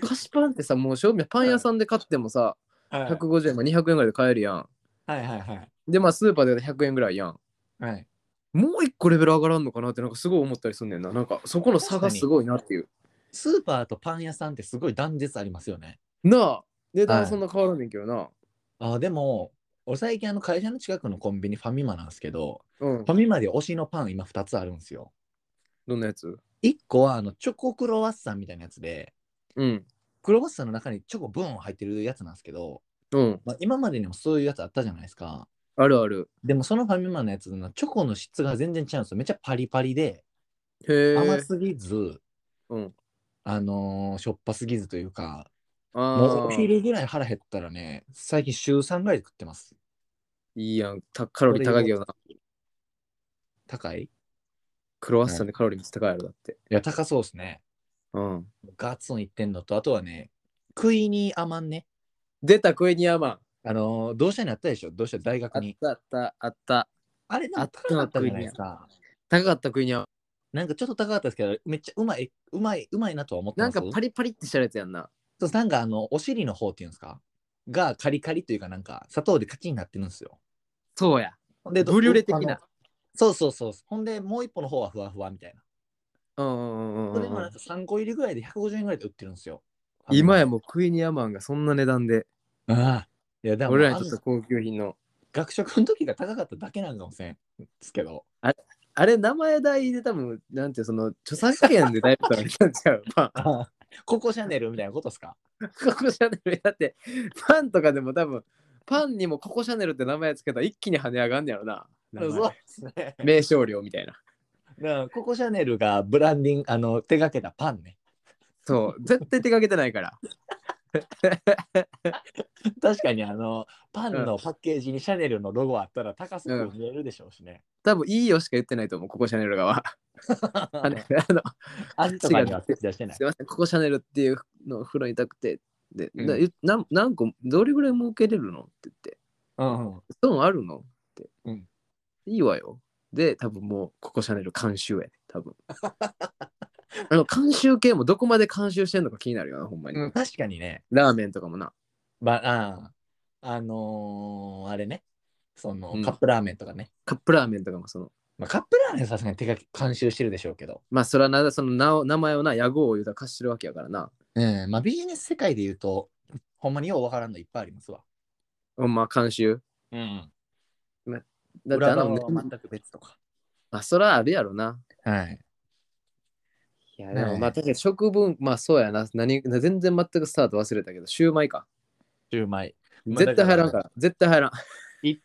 Speaker 2: 菓子パンってさ、もう正味パン屋さんで買ってもさ、
Speaker 1: はい
Speaker 2: 150円、まあ、200円ぐらいで買えるやん。
Speaker 1: はいはいはい。
Speaker 2: で、まあスーパーで100円ぐらいやん。
Speaker 1: はい、
Speaker 2: もう一個レベル上がらんのかなってなんかすごい思ったりすんねんな。なんかそこの差がすごいなっていう。
Speaker 1: スーパーとパン屋さんってすごい断絶ありますよね。
Speaker 2: なあ、値
Speaker 1: は
Speaker 2: 段
Speaker 1: い
Speaker 2: そんな変わらんねんけどな。
Speaker 1: あでも、俺最近あの会社の近くのコンビニファミマなんですけど、
Speaker 2: うん
Speaker 1: ファ。ミマで推しのパン今2つあるんですよ。
Speaker 2: どんなやつ
Speaker 1: 1個はあのチョコクロワッサンみたいなやつで、
Speaker 2: うん。
Speaker 1: クロワッサンの中にチョコブーン入ってるやつなんですけど、
Speaker 2: うん。
Speaker 1: まあ、今までにもそういうやつあったじゃないですか。
Speaker 2: あるある。
Speaker 1: でもそのファミマのやつのチョコの質が全然違うんですよ。めっちゃパリパリで、
Speaker 2: へ
Speaker 1: 甘
Speaker 2: え。
Speaker 1: すぎず、
Speaker 2: うん。
Speaker 1: あのーしょっぱすぎずというか、もう
Speaker 2: あ
Speaker 1: お
Speaker 2: あ。
Speaker 1: 昼ぐらい腹減ったらね、最近週3ぐらいで食ってます。
Speaker 2: いいやん。たカロリー高いけどな。
Speaker 1: 高いい
Speaker 2: クロワッサンでカロリーめっちゃ高いやろだって。
Speaker 1: や、高そうですね。
Speaker 2: うん。
Speaker 1: ガツンいってんのと、あとはね、食いに甘んね。
Speaker 2: 出たクエニアマン。
Speaker 1: あのー同志社にあったでしょ、同志社大
Speaker 2: あ
Speaker 1: 学
Speaker 2: っ
Speaker 1: に。
Speaker 2: たあったあった。
Speaker 1: あれ、なんか高かったじゃないですか。
Speaker 2: 高かったクエニアマン。
Speaker 1: なんかちょっと高かったですけど、めっちゃうまい、うまい、うまいなとは思って
Speaker 2: な
Speaker 1: ま
Speaker 2: ん
Speaker 1: す
Speaker 2: かパリパリってしたやつやんな。
Speaker 1: そうなんかあの、お尻の方っていうんですかがカリカリというかなんか砂糖でカチンになってるんですよ。
Speaker 2: そうや。
Speaker 1: ほんで
Speaker 2: ブリュレ的
Speaker 1: あ
Speaker 2: な
Speaker 1: のそうそうそうほんでもう一歩の方はふわふわみたいな
Speaker 2: うんうんうん
Speaker 1: こ
Speaker 2: う
Speaker 1: れもなん
Speaker 2: ん
Speaker 1: か3個入りぐらいで150円ぐらいで売ってるんですよ
Speaker 2: 今や
Speaker 1: も
Speaker 2: もうクイニアマンがそんな値段で、
Speaker 1: ああいやでも
Speaker 2: 俺らに
Speaker 1: あ
Speaker 2: と
Speaker 1: の
Speaker 2: って高級品の。
Speaker 1: 学食の時が高かっただけなんかもしれんですけど
Speaker 2: あれ、名前代で多分、なんていうその、著作権でだいぶから来たんちゃう。まあ、
Speaker 1: ココシャネルみたいなことですか
Speaker 2: ココシャネルだって、パンとかでも多分、パンにもココシャネルって名前つけたら一気に跳ね上がんねやろな。名前
Speaker 1: そうですね
Speaker 2: 名称料みたいな。
Speaker 1: だからココシャネルがブランディングあの手掛けたパンね
Speaker 2: そう、絶対手掛けてないから。
Speaker 1: 確かにあのパンのパッケージにシャネルのロゴあったら高すく見えるでしょうしね。
Speaker 2: 多分、いいよしか言ってないと思う、ココシャネル側。あ の、あの
Speaker 1: 味とかには手出してない
Speaker 2: す。いません、ココシャネルっていうのを風呂にたくて。で、
Speaker 1: うん
Speaker 2: ななん何個、どれぐらい儲けれるのって言って。
Speaker 1: うんうん、
Speaker 2: そうあるのって、
Speaker 1: うん
Speaker 2: いいわよ。で、多分もう、ココシャネル監修やね、多 分。あの、監修系もどこまで監修してんのか気になるよな、ほんまに。
Speaker 1: うん確かにね、
Speaker 2: ラーメンとかもな。
Speaker 1: ばあーあのーあれね、その
Speaker 2: うん
Speaker 1: カップラーメンとかね。
Speaker 2: カップラーメンとかもその、
Speaker 1: まあ、カップラーメンはさすがに手が監修してるでしょうけど、
Speaker 2: まあ、それはな、その名を名前をな、屋号を言うたら貸してるわけやからな。
Speaker 1: うんまあ、ビジネス世界で言うと、ほんまにようわからんのいっぱいありますわ。
Speaker 2: ほんま、監修。
Speaker 1: うん、
Speaker 2: だって
Speaker 1: 裏
Speaker 2: あ
Speaker 1: 側
Speaker 2: の、
Speaker 1: は全く別とか。
Speaker 2: まあ、それはあるやろな。
Speaker 1: はい、
Speaker 2: いや、で
Speaker 1: ねえ
Speaker 2: も、まあ、確かに食文、まあ、そうやな。何、全然全くスタート忘れたけど、シューマイか。
Speaker 1: シューマイ。まあ
Speaker 2: 絶対入らん
Speaker 1: だか
Speaker 2: か、
Speaker 1: ら
Speaker 2: 絶対入らん。
Speaker 1: い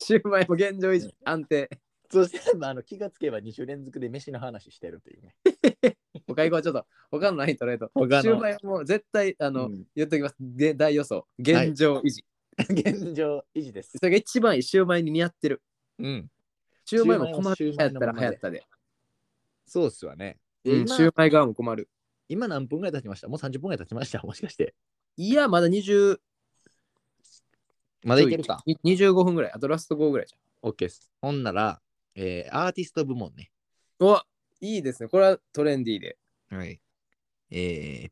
Speaker 2: シューマイも現状維持、安定。
Speaker 1: そして、まあ、あの気がつけば2週連続で飯の話してるっていうね。
Speaker 2: 他行こう、ちょっと、他のライン取 れと。
Speaker 1: 他の
Speaker 2: シューマイも絶対、あ
Speaker 1: う
Speaker 2: の、
Speaker 1: ん
Speaker 2: 言っときます。で大予想、現状維持。
Speaker 1: 現状維持です。
Speaker 2: それが一番シューマイに似合ってる。
Speaker 1: うん。
Speaker 2: シューマイも困った
Speaker 1: シュ
Speaker 2: 流
Speaker 1: ーマイ
Speaker 2: 行った
Speaker 1: の
Speaker 2: ら
Speaker 1: まま
Speaker 2: 流
Speaker 1: で
Speaker 2: 行ったで。
Speaker 1: そうっすわね。
Speaker 2: うん
Speaker 1: 今
Speaker 2: シューマイ側も困る。
Speaker 1: 今何分ぐらい経ちましたもう30分ぐらい経ちましたもしかして。
Speaker 2: いや、まだ20、
Speaker 1: まだいけるか。
Speaker 2: に25分ぐらい。あとラスト5ぐらいじ
Speaker 1: OK っす。ほんなら、えーアーティスト部門ね。
Speaker 2: ゃん。おいいですね。これはトレンディーで。
Speaker 1: はい。え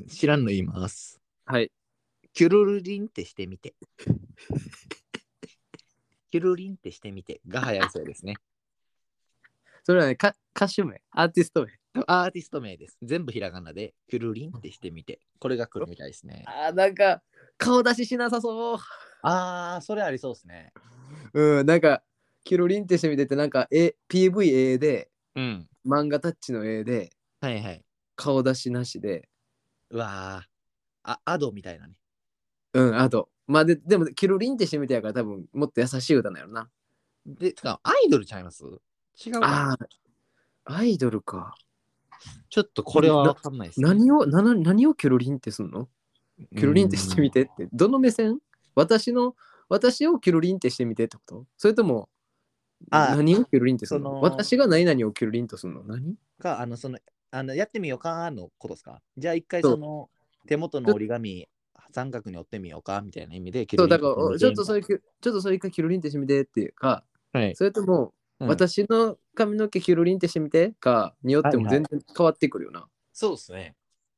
Speaker 1: ー、知らんの言います。
Speaker 2: はい。
Speaker 1: キュルルリンってしてみて。 キュルリンってしてみてが流行りそうですね。
Speaker 2: それはね、か歌手名、アーティスト名。
Speaker 1: アーティスト名です。全部ひらがなで、キュルリンってしてみて。これが来るみたいですね。
Speaker 2: あー、なんか、顔出ししなさそう。
Speaker 1: あー、それありそうですね。
Speaker 2: うん、なんか、キロリンってしてみてて、なんか、え、PVA で、
Speaker 1: うん。
Speaker 2: 漫画タッチの絵で、
Speaker 1: はいはい。
Speaker 2: 顔出しなしで、
Speaker 1: うわー、あアドみたいなね。
Speaker 2: うん、あと、まあで、でも、キロリンってしてみてやから、多分、もっと優しい歌なんやろな。
Speaker 1: で、つか、アイドルちゃいます違うかな
Speaker 2: ああ、アイドルか。
Speaker 1: ちょっとこれは
Speaker 2: な
Speaker 1: わかんないです、
Speaker 2: 何を、なな何をキロリンってすんのキロリンってしてみてって、どの目線私の、私をキロリンってしてみてってことそれとも、
Speaker 1: あ
Speaker 2: 何をキロリンってすん
Speaker 1: そ
Speaker 2: の
Speaker 1: の
Speaker 2: 私が何々をキロリンとすんの何
Speaker 1: うんか、あの、その、あのやってみようかのことですかじゃあ一回その手元の折り紙三角に折ってみようかみたいな意味で、
Speaker 2: そう、だから、おちょっとそ
Speaker 1: れ、
Speaker 2: れ、ちょっとそれ一回キロリンってしてみてっていうか、
Speaker 1: はい
Speaker 2: それとも、
Speaker 1: うん
Speaker 2: 私の髪の毛キュルリンってしてみてかによっても
Speaker 1: はい
Speaker 2: 全然変わってくるよな。
Speaker 1: そうですね。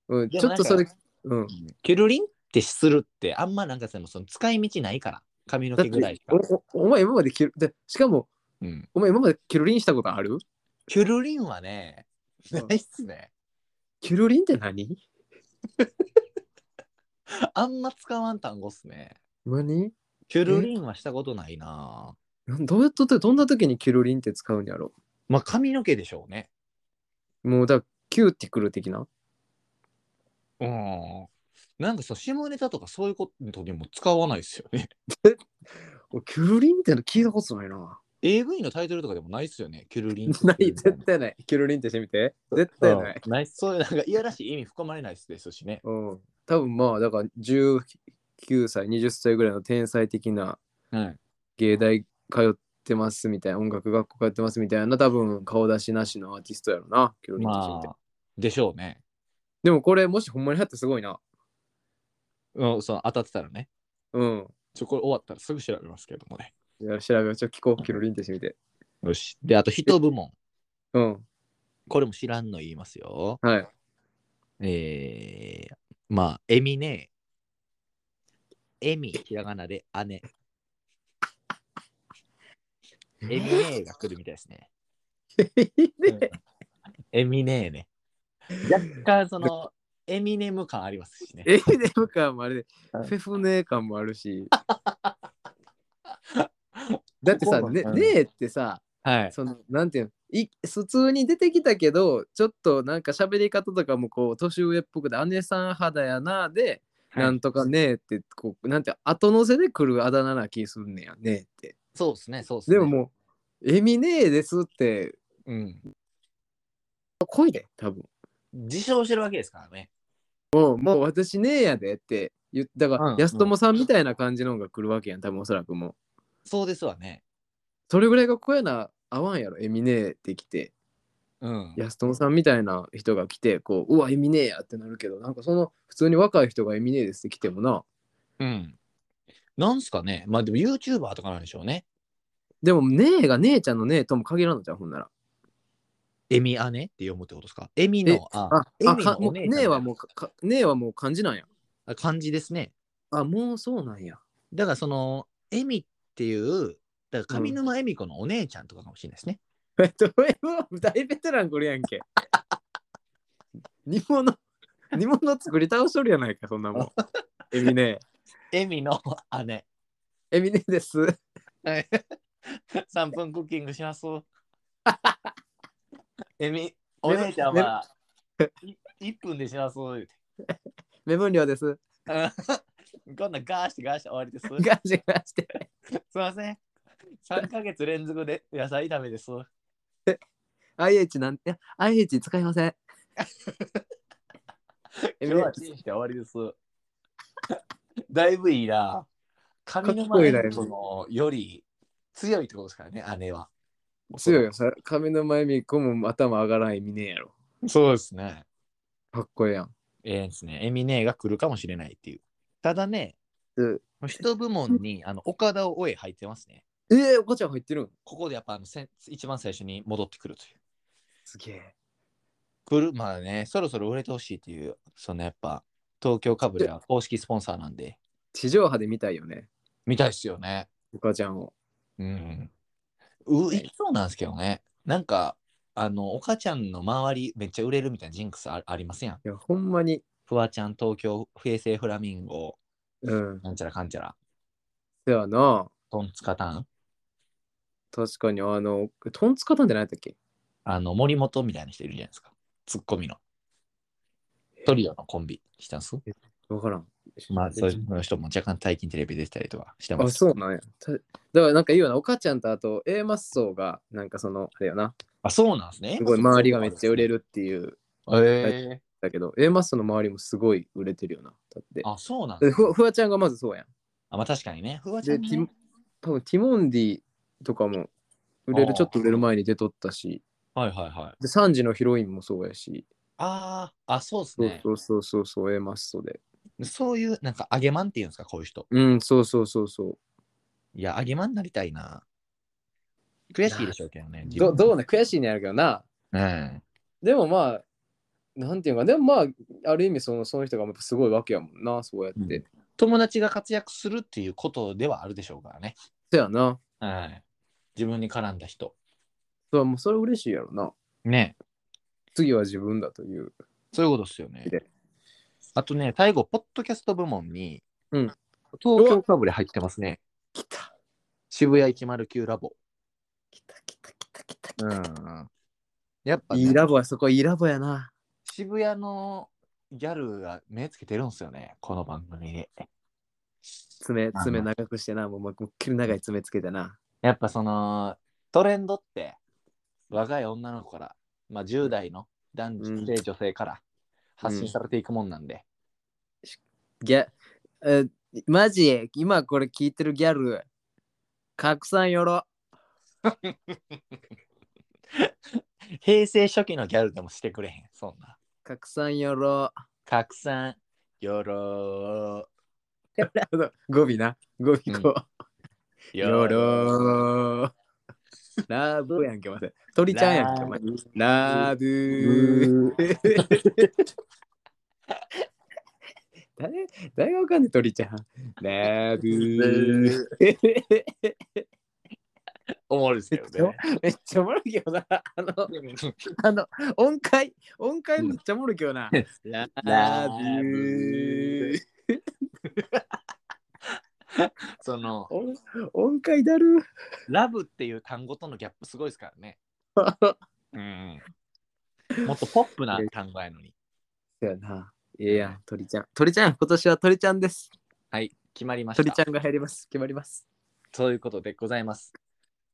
Speaker 2: うん、
Speaker 1: で
Speaker 2: ち
Speaker 1: もな
Speaker 2: ょっ
Speaker 1: ん
Speaker 2: と
Speaker 1: か
Speaker 2: それ、うん。
Speaker 1: キュルリンってするって、あんまなんかそのその使い道ないから、髪の
Speaker 2: だっ
Speaker 1: 毛ぐらい
Speaker 2: て
Speaker 1: しか。
Speaker 2: おおお前今までキュルで、しかも
Speaker 1: うん、
Speaker 2: お前今までキュルリンしたことある
Speaker 1: キュルリンはね、
Speaker 2: うん
Speaker 1: ないっすね。
Speaker 2: キュルリンって何
Speaker 1: あんま使わん単語っすね。
Speaker 2: 何
Speaker 1: キュルリンはしたことないな。
Speaker 2: なんどうやってどんな時にキュルリンって使うんやろ
Speaker 1: まあ髪の毛でしょうね。
Speaker 2: もうだからキューティクル的な
Speaker 1: うん。なんかそう、下ネタとかそういうことにも使わないですよ ね。
Speaker 2: おキュルリンっての聞いたことないな。
Speaker 1: AV のタイトルとかでもないですよね。キュルリン。
Speaker 2: ない、絶対ない。キュルリンってしてみて。絶対ない。
Speaker 1: うん。ないそういう、なんかいやらしい意味含まれないですしね。
Speaker 2: うん。多分まあ、だから19歳、20歳ぐらいの天才的な
Speaker 1: はい。
Speaker 2: 芸大通ってますみたいな音楽学校通ってますみたいな多分顔出しなしのアーティストやろなキロリン
Speaker 1: まあ、でしょうね。
Speaker 2: でもこれもしほんまに流行ってすごいな
Speaker 1: うん、そう、当たってたらね。
Speaker 2: うん
Speaker 1: ちょ、これ終わったらすぐ調べますけどもね。
Speaker 2: いや調べようちょっと聞こうキロリンってしてみて
Speaker 1: よし。で、あと、人部門。
Speaker 2: うん
Speaker 1: これも知らんの言いますよ。
Speaker 2: はい
Speaker 1: えー、まあ、エミネエミ、ひらがなで姉。エミネーが来るみたいですね。エミネーね。若干その、エミネム感ありますしね。
Speaker 2: エミネム感もあれで、
Speaker 1: うん
Speaker 2: フェフネー感もあるし。だってさ、
Speaker 1: ここ
Speaker 2: ね、
Speaker 1: うん
Speaker 2: ねえってさ、
Speaker 1: はい。
Speaker 2: その、なんていうの、い普通に出てきたけど、ちょっとなんか喋り方とかもこう、年上っぽくて、姉さん肌やな、で、
Speaker 1: はい
Speaker 2: なんとかねえって、こう、なんて、後乗せで来るあだ名な気すんねや、ねえって。
Speaker 1: そうですね、そうですね。
Speaker 2: でももう、エミネーですって、
Speaker 1: う、うん。
Speaker 2: 濃いで、多分。
Speaker 1: 自称してるわけですからね。
Speaker 2: もう、もう私ねえやでって言ったから、
Speaker 1: うん
Speaker 2: 安友さんみたいな感じの方が来るわけやん、多分おそらくもう。
Speaker 1: そうですわね。
Speaker 2: それぐらいが声な合わんやろエミネーってきて
Speaker 1: うん。
Speaker 2: 安友さんみたいな人が来てこううわエミネーやってなるけどなんかその普通に若い人がエミネーですって来てもな
Speaker 1: うん。なんすかね。まあでも YouTuber とかなんでしょうね。
Speaker 2: でも姉が姉ちゃんの姉とも限らんのじゃんほんなら
Speaker 1: エミ姉って読むってことですか。エミの、あ、
Speaker 2: あ
Speaker 1: エ
Speaker 2: あ
Speaker 1: ミ
Speaker 2: か
Speaker 1: の
Speaker 2: も
Speaker 1: お
Speaker 2: う
Speaker 1: 姉ちゃん
Speaker 2: 姉はもうかか姉はもう漢字なんや
Speaker 1: あ漢字ですね。
Speaker 2: あもうそうなん や
Speaker 1: だからその、エミっていう、だから上沼恵美子のお姉ちゃんとかかもしれないですね。
Speaker 2: えっと大ベテランこれやんけ 煮物煮物作り倒しとるやないかそんなもんエミネー
Speaker 1: エミの 姉。
Speaker 2: エミネーです
Speaker 1: はい。3分クッキングし ます。エミ、お姉ちゃんは、い1分でします。言うて
Speaker 2: 目分量です
Speaker 1: うんこんなんガーしてガーして終わりです。
Speaker 2: ガジガジして
Speaker 1: すいません。3ヶ月連続で野菜炒めです。
Speaker 2: IH なんて、いや IH 使いま せん。
Speaker 1: 今日はチンして終わりです。 だいぶいいな。髪の
Speaker 2: かっこいいな
Speaker 1: 前このより強いってことですからね、姉は。
Speaker 2: 強いよ。さ髪の前みこも頭上がらん意味ねえやろ。
Speaker 1: そうですね。
Speaker 2: かっこいいやん。
Speaker 1: ええですね。エミネーが来るかもしれないっていう。ただね、
Speaker 2: うん
Speaker 1: 一部門にあの岡田を追え入ってますね。
Speaker 2: えー、お母ちゃん入ってるん
Speaker 1: ここでやっぱあのせん一番最初に戻ってくるという。
Speaker 2: すげえ。
Speaker 1: 来るまあね、そろそろ売れてほしいっていう、そのやっぱ東京かぶれは公式スポンサーなんで、
Speaker 2: 地上波で見たいよね。
Speaker 1: 見たいっすよね。
Speaker 2: お母ちゃんを。
Speaker 1: うん。ういきそうなんですけどね。なんか、あの、岡ちゃんの周りめっちゃ売れるみたいなジンクスあありませんやん。
Speaker 2: いや、ほんまに。
Speaker 1: フワちゃん、東京、平成フラミンゴ、
Speaker 2: うん。
Speaker 1: なんちゃらかんちゃら、
Speaker 2: せやな。
Speaker 1: トンツカタン、
Speaker 2: 確かに、あの、トンツカタンって何やったっけ
Speaker 1: あの、森本みたいな人いるじゃないですか。ツッコミの。トリオのコンビしたんす
Speaker 2: わからん。
Speaker 1: まあ、そういう人も若干最近テレビ出てたりとかしてま
Speaker 2: あ、
Speaker 1: す。
Speaker 2: そうなんや。ただからなんかいいよな、お母ちゃんとあと A マッソーが、なんかその、あれよな、
Speaker 1: あ、そうなんですね。
Speaker 2: すごい周りがめっちゃ売れるっていう、
Speaker 1: ええ
Speaker 2: だけど、A マッソーの周りもすごい売れてるよな。だって、
Speaker 1: あ、そうなん
Speaker 2: で
Speaker 1: ですね
Speaker 2: ふふわちゃんがまずそうやん。
Speaker 1: あ、まあ確かにね。フワちゃ
Speaker 2: で、
Speaker 1: んね
Speaker 2: ティモ多分ティモンディとかも売れ
Speaker 1: あ
Speaker 2: る
Speaker 1: ー
Speaker 2: ちょっと売れる前に出とったし、
Speaker 1: はいはいはい。
Speaker 2: で3時のヒロインもそうやし、
Speaker 1: あーあ、そうです
Speaker 2: そう
Speaker 1: ね。
Speaker 2: そうそうそうそう、A マストで。
Speaker 1: そういう、なんか、揚げマンっていうんですか、こういう人。
Speaker 2: うん、そうそうそうそう。
Speaker 1: いや、揚げマンになりたいな。悔しいでしょうけどね。
Speaker 2: どどう
Speaker 1: ね。
Speaker 2: ね、悔しいねやるけどな。
Speaker 1: うん。
Speaker 2: でもまあ、なんていうか、でもまあ、ある意味そのその人がやっぱすごいわけやもんな、そうやって。
Speaker 1: うん友達が活躍するっていうことではあるでしょうからね。
Speaker 2: そやな。
Speaker 1: はい。自分に絡んだ人。
Speaker 2: そう、もうそれ嬉しいやろな。
Speaker 1: ね。
Speaker 2: 次は自分だという。
Speaker 1: そういうことですよね
Speaker 2: で。
Speaker 1: あとね、最後、ポッドキャスト部門に、
Speaker 2: うん
Speaker 1: 東京かぶれ入ってますね。
Speaker 2: 来た、
Speaker 1: 渋谷109ラボ。
Speaker 2: 来た、来た、来た、来た、来
Speaker 1: う
Speaker 2: た。
Speaker 1: ん。やっぱ、ね、
Speaker 2: いいラボや、そこいいラボやな。
Speaker 1: 渋谷のギャルが目つけてるんですよね、この番組に。
Speaker 2: 爪、
Speaker 1: まあ
Speaker 2: 爪長くしてな、もう、もう、もっきり長い爪つけてな。
Speaker 1: やっぱそのトレンドって若い女の子から、まあ、10代の男
Speaker 2: う
Speaker 1: 女
Speaker 2: ん
Speaker 1: 性、女性から発信されていくもんなんで、
Speaker 2: ギャ、えー、マジ、今これ聞いてるギャル、拡散よろ。
Speaker 1: 平成初期のギャルでもしてくれへん、そんな。
Speaker 2: 拡散よろ。
Speaker 1: 拡散、よろ
Speaker 2: 語尾な。語尾こう。
Speaker 1: ー、
Speaker 2: よろ。ラブやんけ、ません。鳥ちゃんやんけ、お前。ラブ。誰誰がわかんねえ、 鳥ちゃん。ラブ。
Speaker 1: ーおもろいですけどね。
Speaker 2: めっちゃおもろいけどな。あの、あの、音階、音階めっちゃおもろいけど な。ラ
Speaker 1: ラ
Speaker 2: ブ
Speaker 1: ブ その、
Speaker 2: 音音階だる。
Speaker 1: ラブっていう単語とのギャップすごいですからね。うんうん。もっとポップな単語やのに。
Speaker 2: そうやな。いや、鳥ちゃん。鳥ちゃん、今年は鳥ちゃんです。
Speaker 1: はい、決まりました。
Speaker 2: 鳥ちゃんが入ります。決まります。
Speaker 1: ということでございます。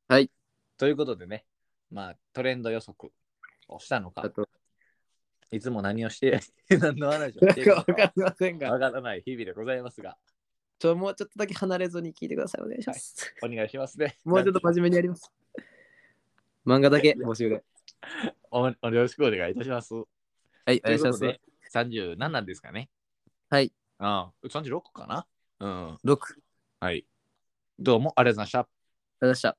Speaker 2: はい。
Speaker 1: ということでね、まあトレンド予測をしたの
Speaker 2: あ
Speaker 1: か、
Speaker 2: と、
Speaker 1: いつも何をして、 何の話を
Speaker 2: な
Speaker 1: し
Speaker 2: ん
Speaker 1: てい
Speaker 2: か
Speaker 1: る
Speaker 2: わ
Speaker 1: の
Speaker 2: かり
Speaker 1: か
Speaker 2: ませんが
Speaker 1: わ、からない日々でございますが、
Speaker 2: ちょもうちょっとだけ離れずに聞いてください。お願いします。
Speaker 1: お願いしますね。
Speaker 2: もうちょっと真面目にやります。漫画だけ募集で。
Speaker 1: おおよろしくお願いいたします。
Speaker 2: はい、お
Speaker 1: とい
Speaker 2: 願いうし
Speaker 1: こ
Speaker 2: ま
Speaker 1: と
Speaker 2: す
Speaker 1: で。、37ですかね。
Speaker 2: はい。
Speaker 1: ああ、36かなうん。
Speaker 2: 6。ありがとう
Speaker 1: はい。どうもありがとうございました。
Speaker 2: ございました。